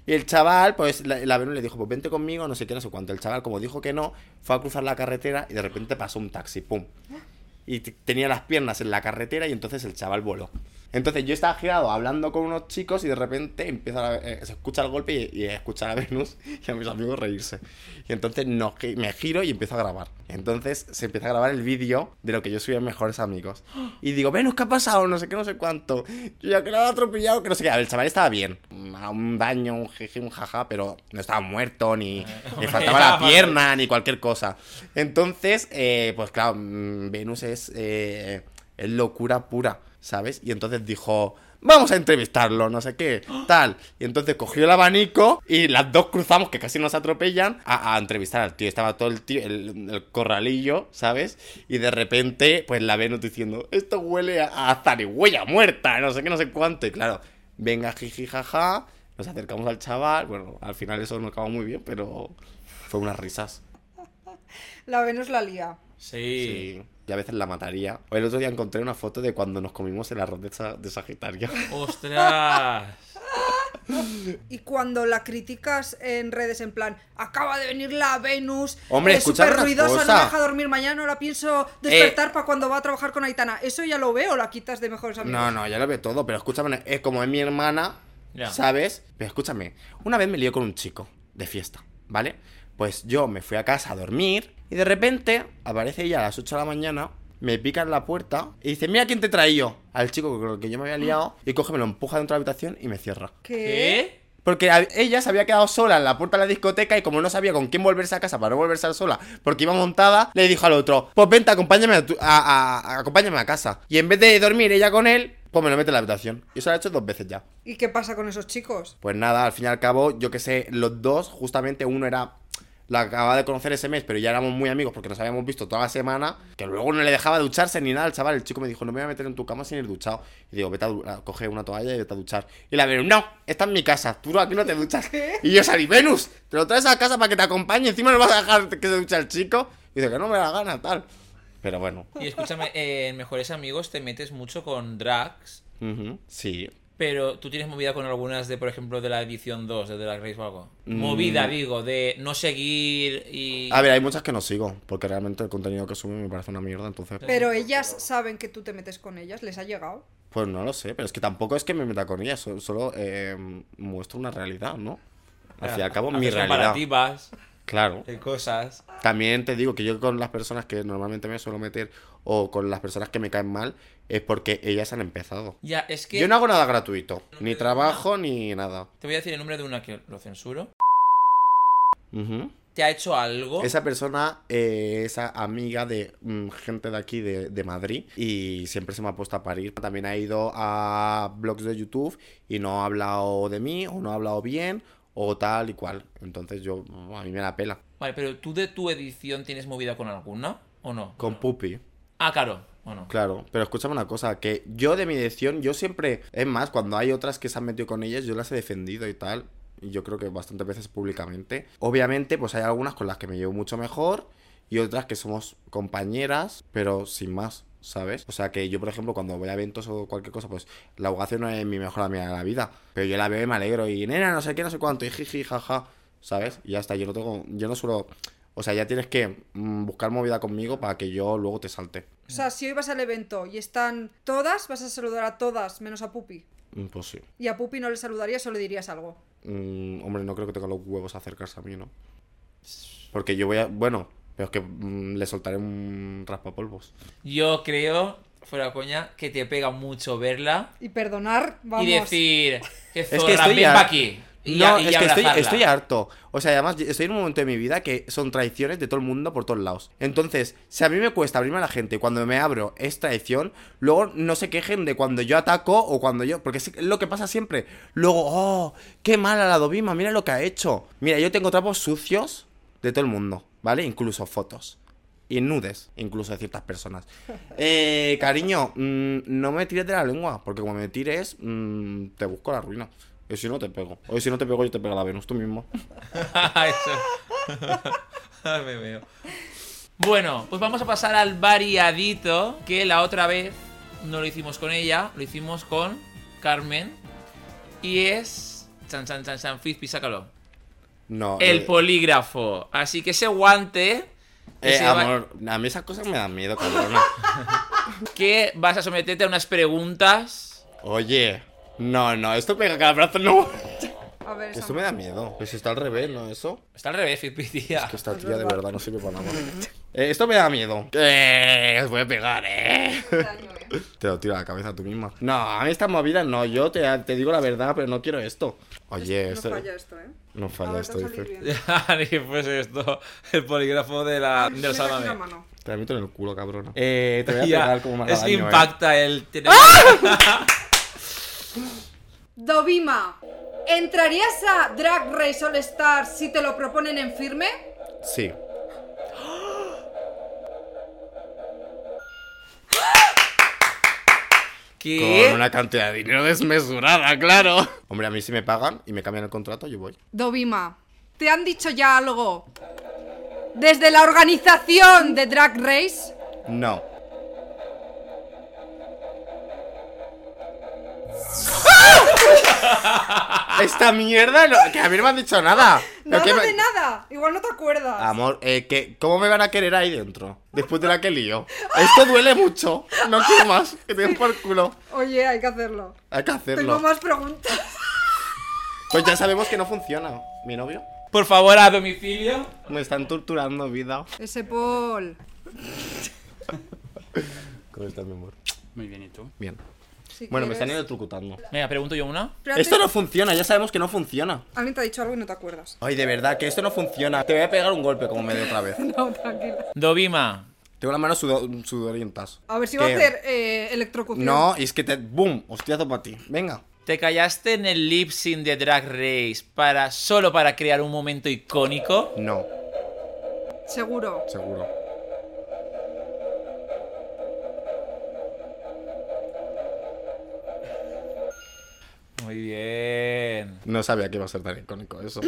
[SPEAKER 4] Y el chaval, pues la, la Venus le dijo, pues vente conmigo, no sé qué, no sé cuánto. El chaval, como dijo que no, fue a cruzar la carretera y de repente pasó un taxi, pum. Y t- tenía las piernas en la carretera y entonces el chaval voló. Entonces yo estaba girado hablando con unos chicos y de repente empieza la- eh, se escucha el golpe y, y escucha a Venus y a mis amigos reírse. Y entonces nos gi- me giro y empiezo a grabar. Entonces se empieza a grabar el vídeo de lo que yo subí a mejores amigos. Y digo, Venus, ¿qué ha pasado? No sé qué, no sé cuánto. Yo ya que lo había atropellado, que no sé qué. A ver, el chaval estaba bien. Mm, A un daño, un jeje, un jaja, pero no estaba muerto ni, le faltaba la
[SPEAKER 3] Hombre,
[SPEAKER 4] pierna nada, ni cualquier cosa. Entonces, eh, pues claro, mm, Venus es, eh, es locura pura, ¿sabes? Y entonces dijo, vamos a entrevistarlo, no sé qué, tal. Y entonces cogió el abanico y las dos cruzamos, que casi nos atropellan, a, a entrevistar al tío. Estaba todo el tío, el, el corralillo, ¿sabes? Y de repente, pues la Venus diciendo, esto huele a, a zarigüeya muerta, no sé qué, no sé cuánto. Y claro, venga, jiji, jaja. Nos acercamos al chaval, bueno, al final eso no acabó muy bien, pero fue unas risas.
[SPEAKER 2] La Venus la lía.
[SPEAKER 3] Sí.
[SPEAKER 4] Sí. Y a veces la mataría. O el otro día encontré una foto de cuando nos comimos el arroz de, sa- de Sagitario.
[SPEAKER 3] ¡Ostras!
[SPEAKER 2] Y cuando la criticas en redes, en plan, acaba de venir la Venus,
[SPEAKER 4] Hombre,
[SPEAKER 2] es
[SPEAKER 4] escuchad
[SPEAKER 2] súper
[SPEAKER 4] una
[SPEAKER 2] ruidosa, no
[SPEAKER 4] cosa. Eh.
[SPEAKER 2] me deja dormir mañana, no la pienso despertar para cuando va a trabajar con Aitana. ¿Eso ya lo veo o la quitas de mejores amigos?
[SPEAKER 4] No, no, ya lo veo todo, pero escúchame, es como es mi hermana,
[SPEAKER 3] Ya.
[SPEAKER 4] ¿sabes? Pero escúchame, una vez me lió con un chico de fiesta, ¿vale? Pues yo me fui a casa a dormir y de repente aparece ella a las 8 de la mañana, me pica en la puerta y dice, mira quién te traído, al chico con el que yo me había liado, y coge, me lo empuja dentro de la habitación y me cierra.
[SPEAKER 2] ¿Qué?
[SPEAKER 3] ¿Qué?
[SPEAKER 4] Porque a- ella se había quedado sola en la puerta de la discoteca y como no sabía con quién volverse a casa para no volverse a sola, porque iba montada, le dijo al otro, pues vente, acompáñame a, tu- a- a- a- acompáñame a casa. Y en vez de dormir ella con él, pues me lo mete en la habitación. Y eso lo ha hecho dos veces ya.
[SPEAKER 2] ¿Y qué pasa con esos chicos?
[SPEAKER 4] Pues nada, al fin y al cabo, yo que sé, los dos, justamente uno era... La acababa de conocer ese mes, pero ya éramos muy amigos porque nos habíamos visto toda la semana. Que luego no le dejaba ducharse ni nada al chaval. El chico me dijo, no me voy a meter en tu cama sin ir duchado. Y digo, vete a, du- a coger una toalla y vete a duchar. Y la Venus, no, esta es mi casa. Tú aquí no te duchas. Y yo salí, Venus, te lo traes a casa para que te acompañe. Encima no vas a dejar que se duche el chico. Y dice, que no me da la gana, tal. Pero bueno.
[SPEAKER 3] Y escúchame, eh, en Mejores Amigos te metes mucho con drags,
[SPEAKER 4] Ujú, Sí.
[SPEAKER 3] pero tú tienes movida con algunas de, por ejemplo, de la edición 2, de la Race o algo. Movida, digo, de no seguir y...
[SPEAKER 4] Mm. A ver, hay muchas que no sigo. Porque realmente el contenido que suben me parece una mierda. Entonces...
[SPEAKER 2] Pero ellas saben que tú te metes con ellas, les ha llegado.
[SPEAKER 4] Pues no lo sé, pero es que tampoco es que me meta con ella, so- solo, eh, muestro una realidad, ¿no? Al fin y al cabo, mi
[SPEAKER 3] Ah, Haces
[SPEAKER 4] realidad.
[SPEAKER 3] comparativas
[SPEAKER 4] Claro.
[SPEAKER 3] de cosas.
[SPEAKER 4] También te digo que yo con las personas que normalmente me suelo meter o con las personas que me caen mal es porque ellas han empezado.
[SPEAKER 3] Ya, es que...
[SPEAKER 4] Yo no hago nada gratuito, ni
[SPEAKER 3] te-
[SPEAKER 4] trabajo ni nada.
[SPEAKER 3] Te voy a decir el nombre de una que lo censuro.
[SPEAKER 4] Ujú.
[SPEAKER 3] ¿Te ha hecho algo?
[SPEAKER 4] Esa persona eh, es a- amiga de mm, gente de aquí, de, de Madrid, y siempre se me ha puesto a parir. También ha ido a blogs de YouTube y no ha hablado de mí, o no ha hablado bien, o tal y cual. Entonces yo, mm, a mí me la pela.
[SPEAKER 3] Vale, pero tú de tu edición tienes movida con alguna o no?
[SPEAKER 4] Con Pupi.
[SPEAKER 3] Ah, claro, o no.
[SPEAKER 4] Claro, pero escúchame una cosa, que yo de mi edición, yo siempre, es más, cuando hay otras que se han metido con ellas, yo las he defendido y tal, y yo creo que bastantes veces públicamente. Obviamente, pues hay algunas con las que me llevo mucho mejor y otras que somos compañeras, pero sin más, ¿sabes? O sea que yo, por ejemplo, cuando voy a eventos o cualquier cosa, pues la abogación no es mi mejor amiga de la vida, pero yo la veo y me alegro y nena, no sé qué, no sé cuánto, y jiji, jaja, ¿sabes? Y ya está, yo no tengo, yo no suelo... O sea, ya tienes que mm, buscar movida conmigo para que yo luego te salte.
[SPEAKER 2] O sea, si hoy vas al evento y están todas, vas a saludar a todas, menos a Pupi.
[SPEAKER 4] Mm, Pues sí.
[SPEAKER 2] Y a Pupi no le saludarías o le dirías algo.
[SPEAKER 4] Mm, hombre, no creo que tenga los huevos a acercarse a mí, ¿no? Porque yo voy a. Bueno, pero es que mm, le soltaré un raspapolvos.
[SPEAKER 3] Yo creo, fuera coña, que te pega mucho verla
[SPEAKER 2] Y perdonar, vamos.
[SPEAKER 3] y decir que
[SPEAKER 4] Es
[SPEAKER 3] zorra,
[SPEAKER 4] que estoy
[SPEAKER 3] ven
[SPEAKER 4] har-
[SPEAKER 3] pa' aquí. Y ya-
[SPEAKER 4] no,
[SPEAKER 3] y
[SPEAKER 4] es
[SPEAKER 3] ya
[SPEAKER 4] que estoy,
[SPEAKER 3] abrazarla.
[SPEAKER 4] estoy harto. O sea, además, yo estoy en un momento de mi vida que son traiciones de todo el mundo por todos lados. Entonces, si a mí me cuesta abrirme a la gente y cuando me abro es traición, luego no se quejen de cuando yo ataco o cuando yo. Porque es lo que pasa siempre. Luego, oh, qué mala la Dovima, mira lo que ha hecho. Mira, yo tengo trapos sucios de todo el mundo, ¿vale? Incluso fotos. Y nudes, incluso de ciertas personas. Eh, cariño, mm, no me tires de la lengua, porque como me tires, mm, te busco la ruina. Y si no te pego. O si no te pego, yo te pego a la Venus tú mismo.
[SPEAKER 3] Ah, Eso. Ay, me veo. Bueno, pues vamos a pasar al variadito, que la otra vez no lo hicimos con ella, lo hicimos con Carmen. Y es... Chan, chan, chan, chan, Fizpi, sácalo.
[SPEAKER 4] No.
[SPEAKER 3] El
[SPEAKER 4] eh,
[SPEAKER 3] polígrafo. Así que ese guante...
[SPEAKER 4] eh,
[SPEAKER 3] ese va-
[SPEAKER 4] amor, a mí esas cosas me dan miedo, cabrona.
[SPEAKER 3] que vas a someterte a unas preguntas.
[SPEAKER 4] Oye. No, no, esto pega cada brazo, no.
[SPEAKER 2] A ver,
[SPEAKER 4] Esto
[SPEAKER 2] Sam.
[SPEAKER 4] me da miedo. Pues está al revés, ¿no? Eso.
[SPEAKER 3] Está al revés, Fizpi, tía.
[SPEAKER 4] Que esta tía de verdad no sirve para nada. Eh, esto me da miedo. Eh, os voy a pegar, eh.
[SPEAKER 2] este
[SPEAKER 4] Te lo tiro a la cabeza tú misma. No, a mí estas movidas no. Yo te, te digo la verdad, pero no quiero esto. Oye,
[SPEAKER 2] No
[SPEAKER 4] esto.
[SPEAKER 2] falla esto, ¿eh?
[SPEAKER 4] No falla
[SPEAKER 2] Ahora te
[SPEAKER 4] esto,
[SPEAKER 2] va a salir
[SPEAKER 4] dice.
[SPEAKER 2] bien.
[SPEAKER 3] Ni pues esto, el polígrafo de la de
[SPEAKER 2] Mete
[SPEAKER 3] los
[SPEAKER 2] aquí una
[SPEAKER 3] Sálvame.
[SPEAKER 2] mano.
[SPEAKER 4] Te la meto en el culo, cabrona. Eh, te voy a
[SPEAKER 3] Ya,
[SPEAKER 4] pegar como más
[SPEAKER 3] es que
[SPEAKER 4] daño, eh.
[SPEAKER 3] impacta el tener-
[SPEAKER 4] ¡Ah!
[SPEAKER 2] Dovima, ¿entrarías a Drag Race All Star si te lo proponen en firme?
[SPEAKER 4] Sí.
[SPEAKER 3] ¿Qué?
[SPEAKER 4] Con una cantidad de dinero desmesurada, claro. Hombre, a mí si me pagan y me cambian el contrato, yo voy.
[SPEAKER 2] Dovima, ¿te han dicho ya algo desde la organización de Drag Race?
[SPEAKER 4] No. esta mierda, no- que a mí no me han dicho nada. Lo
[SPEAKER 2] Nada
[SPEAKER 4] que me-
[SPEAKER 2] de nada. Igual no te acuerdas.
[SPEAKER 4] Amor, eh, ¿qué- ¿cómo me van a querer ahí dentro? Después de la que lío. Esto duele mucho. No quiero más. Que te den por culo.
[SPEAKER 2] Oye, hay que hacerlo.
[SPEAKER 4] Hay que
[SPEAKER 2] Tengo
[SPEAKER 4] hacerlo.
[SPEAKER 2] más preguntas.
[SPEAKER 4] Pues ya sabemos que no funciona. Mi novio
[SPEAKER 3] Por favor, a domicilio.
[SPEAKER 4] me están torturando, vida.
[SPEAKER 2] Ese Paul.
[SPEAKER 4] ¿Cómo estás, mi amor?
[SPEAKER 5] Muy bien, ¿y tú?
[SPEAKER 4] Bien.
[SPEAKER 2] si
[SPEAKER 4] Bueno, me están
[SPEAKER 2] quieres-
[SPEAKER 4] electrocutando.
[SPEAKER 3] Venga, pregunto yo una.
[SPEAKER 2] Espérate,
[SPEAKER 4] Esto no funciona, ya sabemos que no funciona.
[SPEAKER 2] Alguien te ha dicho algo y no te acuerdas.
[SPEAKER 4] Ay, de verdad, que esto no funciona. Te voy a pegar un golpe como me dé otra vez.
[SPEAKER 2] No, tranquila.
[SPEAKER 3] Dovima.
[SPEAKER 4] Tengo las manos sudo- sudorientas.
[SPEAKER 2] A ver si va a
[SPEAKER 4] Que-
[SPEAKER 2] hacer eh, electrocución.
[SPEAKER 4] No, y es que te. ¡Boom! Hostiazo para ti. Venga.
[SPEAKER 3] Te callaste en el lip sync de Drag Race para solo para crear un momento icónico.
[SPEAKER 4] No,
[SPEAKER 2] Seguro.
[SPEAKER 4] seguro.
[SPEAKER 3] Muy bien.
[SPEAKER 4] No sabía que iba a ser tan icónico eso.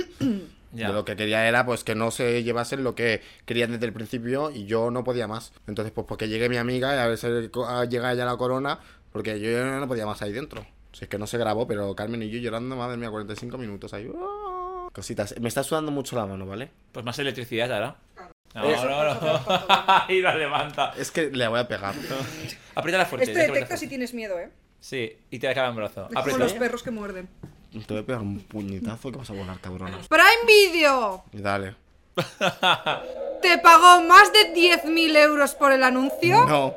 [SPEAKER 3] Ya.
[SPEAKER 4] Yo lo que quería era pues que no se llevasen lo que querían desde el principio y yo no podía más. Entonces, pues porque llegue mi amiga y a ver si co- a- llega ya la corona, porque yo ya no podía más ahí dentro. Si es que no se grabó, pero Carmen y yo llorando, madre mía, 45 minutos ahí. ¡Ah! Cositas. Me está sudando mucho la mano, ¿vale?
[SPEAKER 3] Pues más electricidad ahora. No,
[SPEAKER 4] Eso.
[SPEAKER 3] no, no. y la levanta.
[SPEAKER 4] Es que le voy a pegar.
[SPEAKER 3] Aprieta la fuerte.
[SPEAKER 2] Este
[SPEAKER 3] tienes que
[SPEAKER 2] detecta
[SPEAKER 3] apretar
[SPEAKER 2] si
[SPEAKER 3] fuerte.
[SPEAKER 2] tienes miedo, ¿eh?
[SPEAKER 3] Sí, y te deja el
[SPEAKER 4] Ah,
[SPEAKER 3] brazo.
[SPEAKER 2] Es como
[SPEAKER 3] Aprieta.
[SPEAKER 2] los perros que muerden.
[SPEAKER 4] Te voy a pegar un puñetazo que vas a volar, cabrona.
[SPEAKER 2] Prime Video
[SPEAKER 4] Y Dale.
[SPEAKER 2] te pagó más de 10.000 euros por el anuncio.
[SPEAKER 4] No.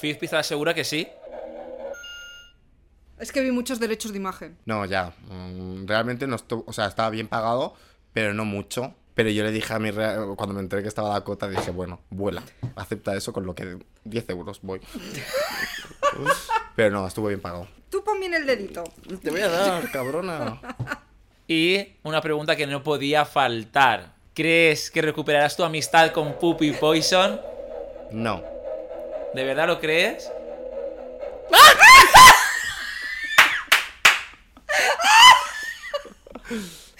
[SPEAKER 3] Fizpi está segura que sí.
[SPEAKER 2] Es que vi muchos derechos de imagen.
[SPEAKER 4] No, ya. mm, Realmente no estuvo, o sea, estaba bien pagado, pero no mucho. Pero yo le dije a mi rea- cuando me enteré que estaba Dakota, dije, bueno, vuela, acepta eso con lo que 10 euros voy. pero no, estuvo bien pagado.
[SPEAKER 2] Tú pon bien el dedito.
[SPEAKER 4] Te voy a dar, cabrona.
[SPEAKER 3] Y una pregunta que no podía faltar. ¿Crees que recuperarás tu amistad con Puppy Poison?
[SPEAKER 4] No.
[SPEAKER 3] ¿De verdad lo crees?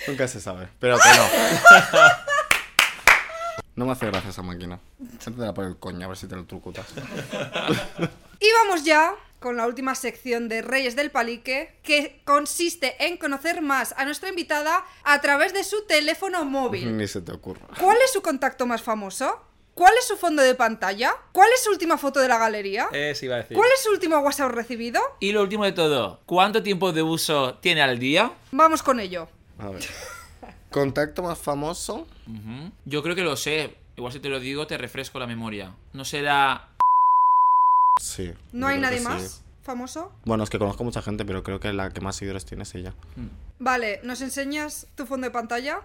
[SPEAKER 4] Nunca se sabe. Pero que no. No me hace gracia esa máquina. Siéntatela por el coño, a ver si te lo trucutas.
[SPEAKER 2] Y vamos ya con la última sección de Reyes del Palique, que consiste en conocer más a nuestra invitada a través de su teléfono móvil.
[SPEAKER 4] Ni se te ocurra.
[SPEAKER 2] ¿Cuál es su contacto más famoso? ¿Cuál es su fondo de pantalla? ¿Cuál es su última foto de la galería?
[SPEAKER 3] Eh, sí, iba a decir.
[SPEAKER 2] ¿Cuál es su último WhatsApp recibido?
[SPEAKER 3] Y lo último de todo, ¿cuánto tiempo de uso tiene al día?
[SPEAKER 2] Vamos con ello.
[SPEAKER 4] A ver. Contacto más famoso.
[SPEAKER 3] Ujú. Yo creo que lo sé. Igual si te lo digo, te refresco la memoria. No será.
[SPEAKER 4] Sí.
[SPEAKER 2] ¿No
[SPEAKER 4] yo
[SPEAKER 2] hay
[SPEAKER 4] creo
[SPEAKER 2] nadie
[SPEAKER 4] que sí.
[SPEAKER 2] más famoso?
[SPEAKER 4] Bueno, es que conozco mucha gente, pero creo que la que más seguidores tiene es ella.
[SPEAKER 2] Vale, ¿nos enseñas tu fondo de pantalla?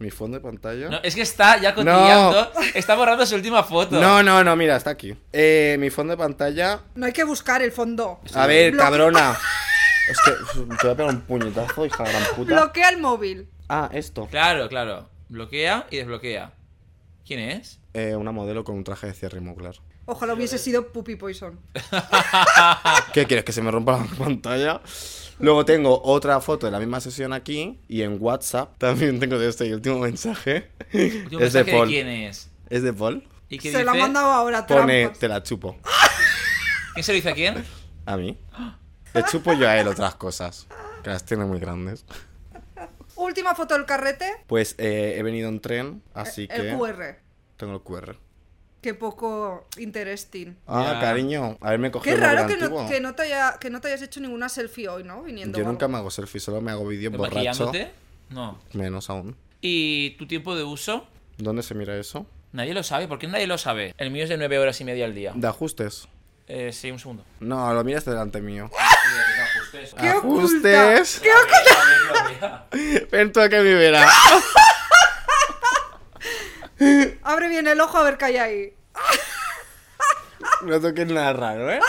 [SPEAKER 4] ¿Mi fondo de pantalla?
[SPEAKER 3] No, es que está ya cotilleando. Está borrando su última foto.
[SPEAKER 4] No, no, no, mira, está aquí. Eh, mi fondo de pantalla.
[SPEAKER 2] No hay que buscar el fondo.
[SPEAKER 4] A ver,
[SPEAKER 2] Blo-
[SPEAKER 4] cabrona. Es que uf, te voy a pegar un puñetazo, hija de gran puta.
[SPEAKER 2] Bloquea el móvil.
[SPEAKER 4] Ah, esto.
[SPEAKER 3] Claro, claro. Bloquea y desbloquea. ¿Quién es?
[SPEAKER 4] Eh, una modelo con un traje de cierre mugler.
[SPEAKER 2] Ojalá hubiese sido Puppy Poison.
[SPEAKER 4] ¿Qué quieres? ¿Que se me rompa la pantalla? Luego tengo otra foto de la misma sesión aquí. Y en WhatsApp también tengo de este y último mensaje.
[SPEAKER 3] Último
[SPEAKER 4] es de
[SPEAKER 3] mensaje
[SPEAKER 4] Paul.
[SPEAKER 3] ¿Quién es?
[SPEAKER 4] Es de Paul.
[SPEAKER 3] ¿Y qué
[SPEAKER 2] Se
[SPEAKER 3] dice?
[SPEAKER 2] lo ha mandado ahora,
[SPEAKER 4] Pone,
[SPEAKER 2] trampas.
[SPEAKER 4] te la chupo.
[SPEAKER 3] ¿Quién se lo dice a quién?
[SPEAKER 4] A mí. Le chupo yo a él otras cosas. Que las tiene muy grandes.
[SPEAKER 2] Última foto del carrete.
[SPEAKER 4] Pues eh, he venido en tren, así que
[SPEAKER 2] Eh, El QR.
[SPEAKER 4] tengo el QR.
[SPEAKER 2] Qué poco interesting.
[SPEAKER 4] Ah,
[SPEAKER 3] Ya.
[SPEAKER 4] cariño, a ver, me cogido
[SPEAKER 2] Qué
[SPEAKER 4] uno
[SPEAKER 2] raro
[SPEAKER 4] del
[SPEAKER 2] que no,
[SPEAKER 4] antiguo.
[SPEAKER 2] que, no te haya, que no te hayas hecho ninguna selfie hoy, ¿no? Viniendo.
[SPEAKER 4] Yo
[SPEAKER 2] o
[SPEAKER 4] nunca
[SPEAKER 2] algo.
[SPEAKER 4] me hago selfie, solo me hago vídeos borracho.
[SPEAKER 3] ¿Maquillándote? No.
[SPEAKER 4] Menos aún.
[SPEAKER 3] ¿Y tu tiempo de uso?
[SPEAKER 4] ¿Dónde se mira eso?
[SPEAKER 3] Nadie lo sabe. ¿Por qué nadie lo sabe? El mío es de 9 horas y media al día.
[SPEAKER 4] De ajustes.
[SPEAKER 3] Eh, sí, un segundo.
[SPEAKER 4] No, lo miras delante mío.
[SPEAKER 2] ¡Qué
[SPEAKER 4] ajustes.
[SPEAKER 2] oculta! ¡Qué oculta!
[SPEAKER 4] Ven tú a que vivirá.
[SPEAKER 2] Abre bien el ojo a ver qué hay ahí.
[SPEAKER 4] No toques nada raro, ¿eh?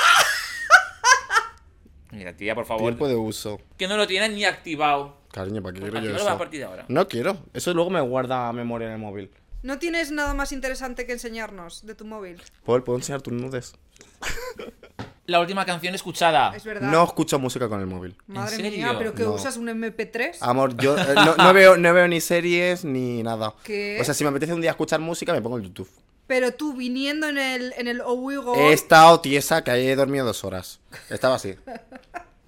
[SPEAKER 3] Mira, tía, por favor.
[SPEAKER 4] Tiempo de uso.
[SPEAKER 3] Que no lo tienes ni activado.
[SPEAKER 4] Cariño, ¿para qué quiero yo
[SPEAKER 3] Actívalo
[SPEAKER 4] eso?
[SPEAKER 3] a partir de ahora.
[SPEAKER 4] No quiero. Eso luego me guarda memoria en el móvil.
[SPEAKER 2] ¿No tienes nada más interesante que enseñarnos de tu móvil?
[SPEAKER 4] Paul, ¿puedo enseñar tus nudes?
[SPEAKER 3] La última canción escuchada.
[SPEAKER 2] Es verdad.
[SPEAKER 4] No escucho música con el móvil.
[SPEAKER 2] Madre
[SPEAKER 3] Ah. ¿En
[SPEAKER 2] mía,
[SPEAKER 3] serio?
[SPEAKER 2] pero que
[SPEAKER 4] No.
[SPEAKER 2] usas un MP3.
[SPEAKER 4] Amor, yo eh, no, no veo, no veo ni series ni nada.
[SPEAKER 2] ¿Qué?
[SPEAKER 4] O sea, si me apetece un día escuchar música, me pongo el YouTube.
[SPEAKER 2] Pero tú viniendo en el, en el Owigo.
[SPEAKER 4] He estado tiesa que he dormido dos horas. Estaba así.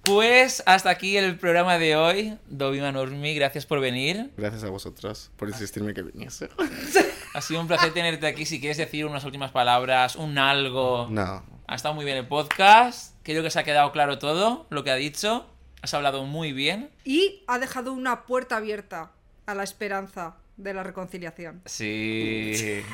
[SPEAKER 3] Pues hasta aquí el programa de hoy. Dobby Manurmi, gracias por venir.
[SPEAKER 4] Gracias a vosotras por insistirme que viniese.
[SPEAKER 3] Ha sido un placer tenerte aquí. Si quieres decir unas últimas palabras, un algo.
[SPEAKER 4] No.
[SPEAKER 3] Ha estado muy bien el podcast. Creo que se ha quedado claro todo lo que ha dicho. Has hablado muy bien.
[SPEAKER 2] Y ha dejado una puerta abierta a la esperanza de la reconciliación.
[SPEAKER 3] Sí.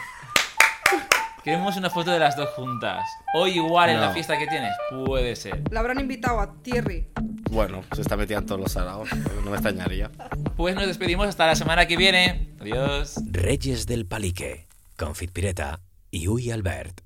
[SPEAKER 3] Queremos una foto de las dos juntas. O igual en la
[SPEAKER 4] No.
[SPEAKER 3] fiesta que tienes. Puede ser.
[SPEAKER 2] La habrán invitado a Thierry.
[SPEAKER 4] Bueno, se está metiendo en todos los araos. No me extrañaría.
[SPEAKER 3] Pues nos despedimos hasta la semana que viene. Adiós.
[SPEAKER 1] Reyes del Palique, Confit Pireta y Uy Albert.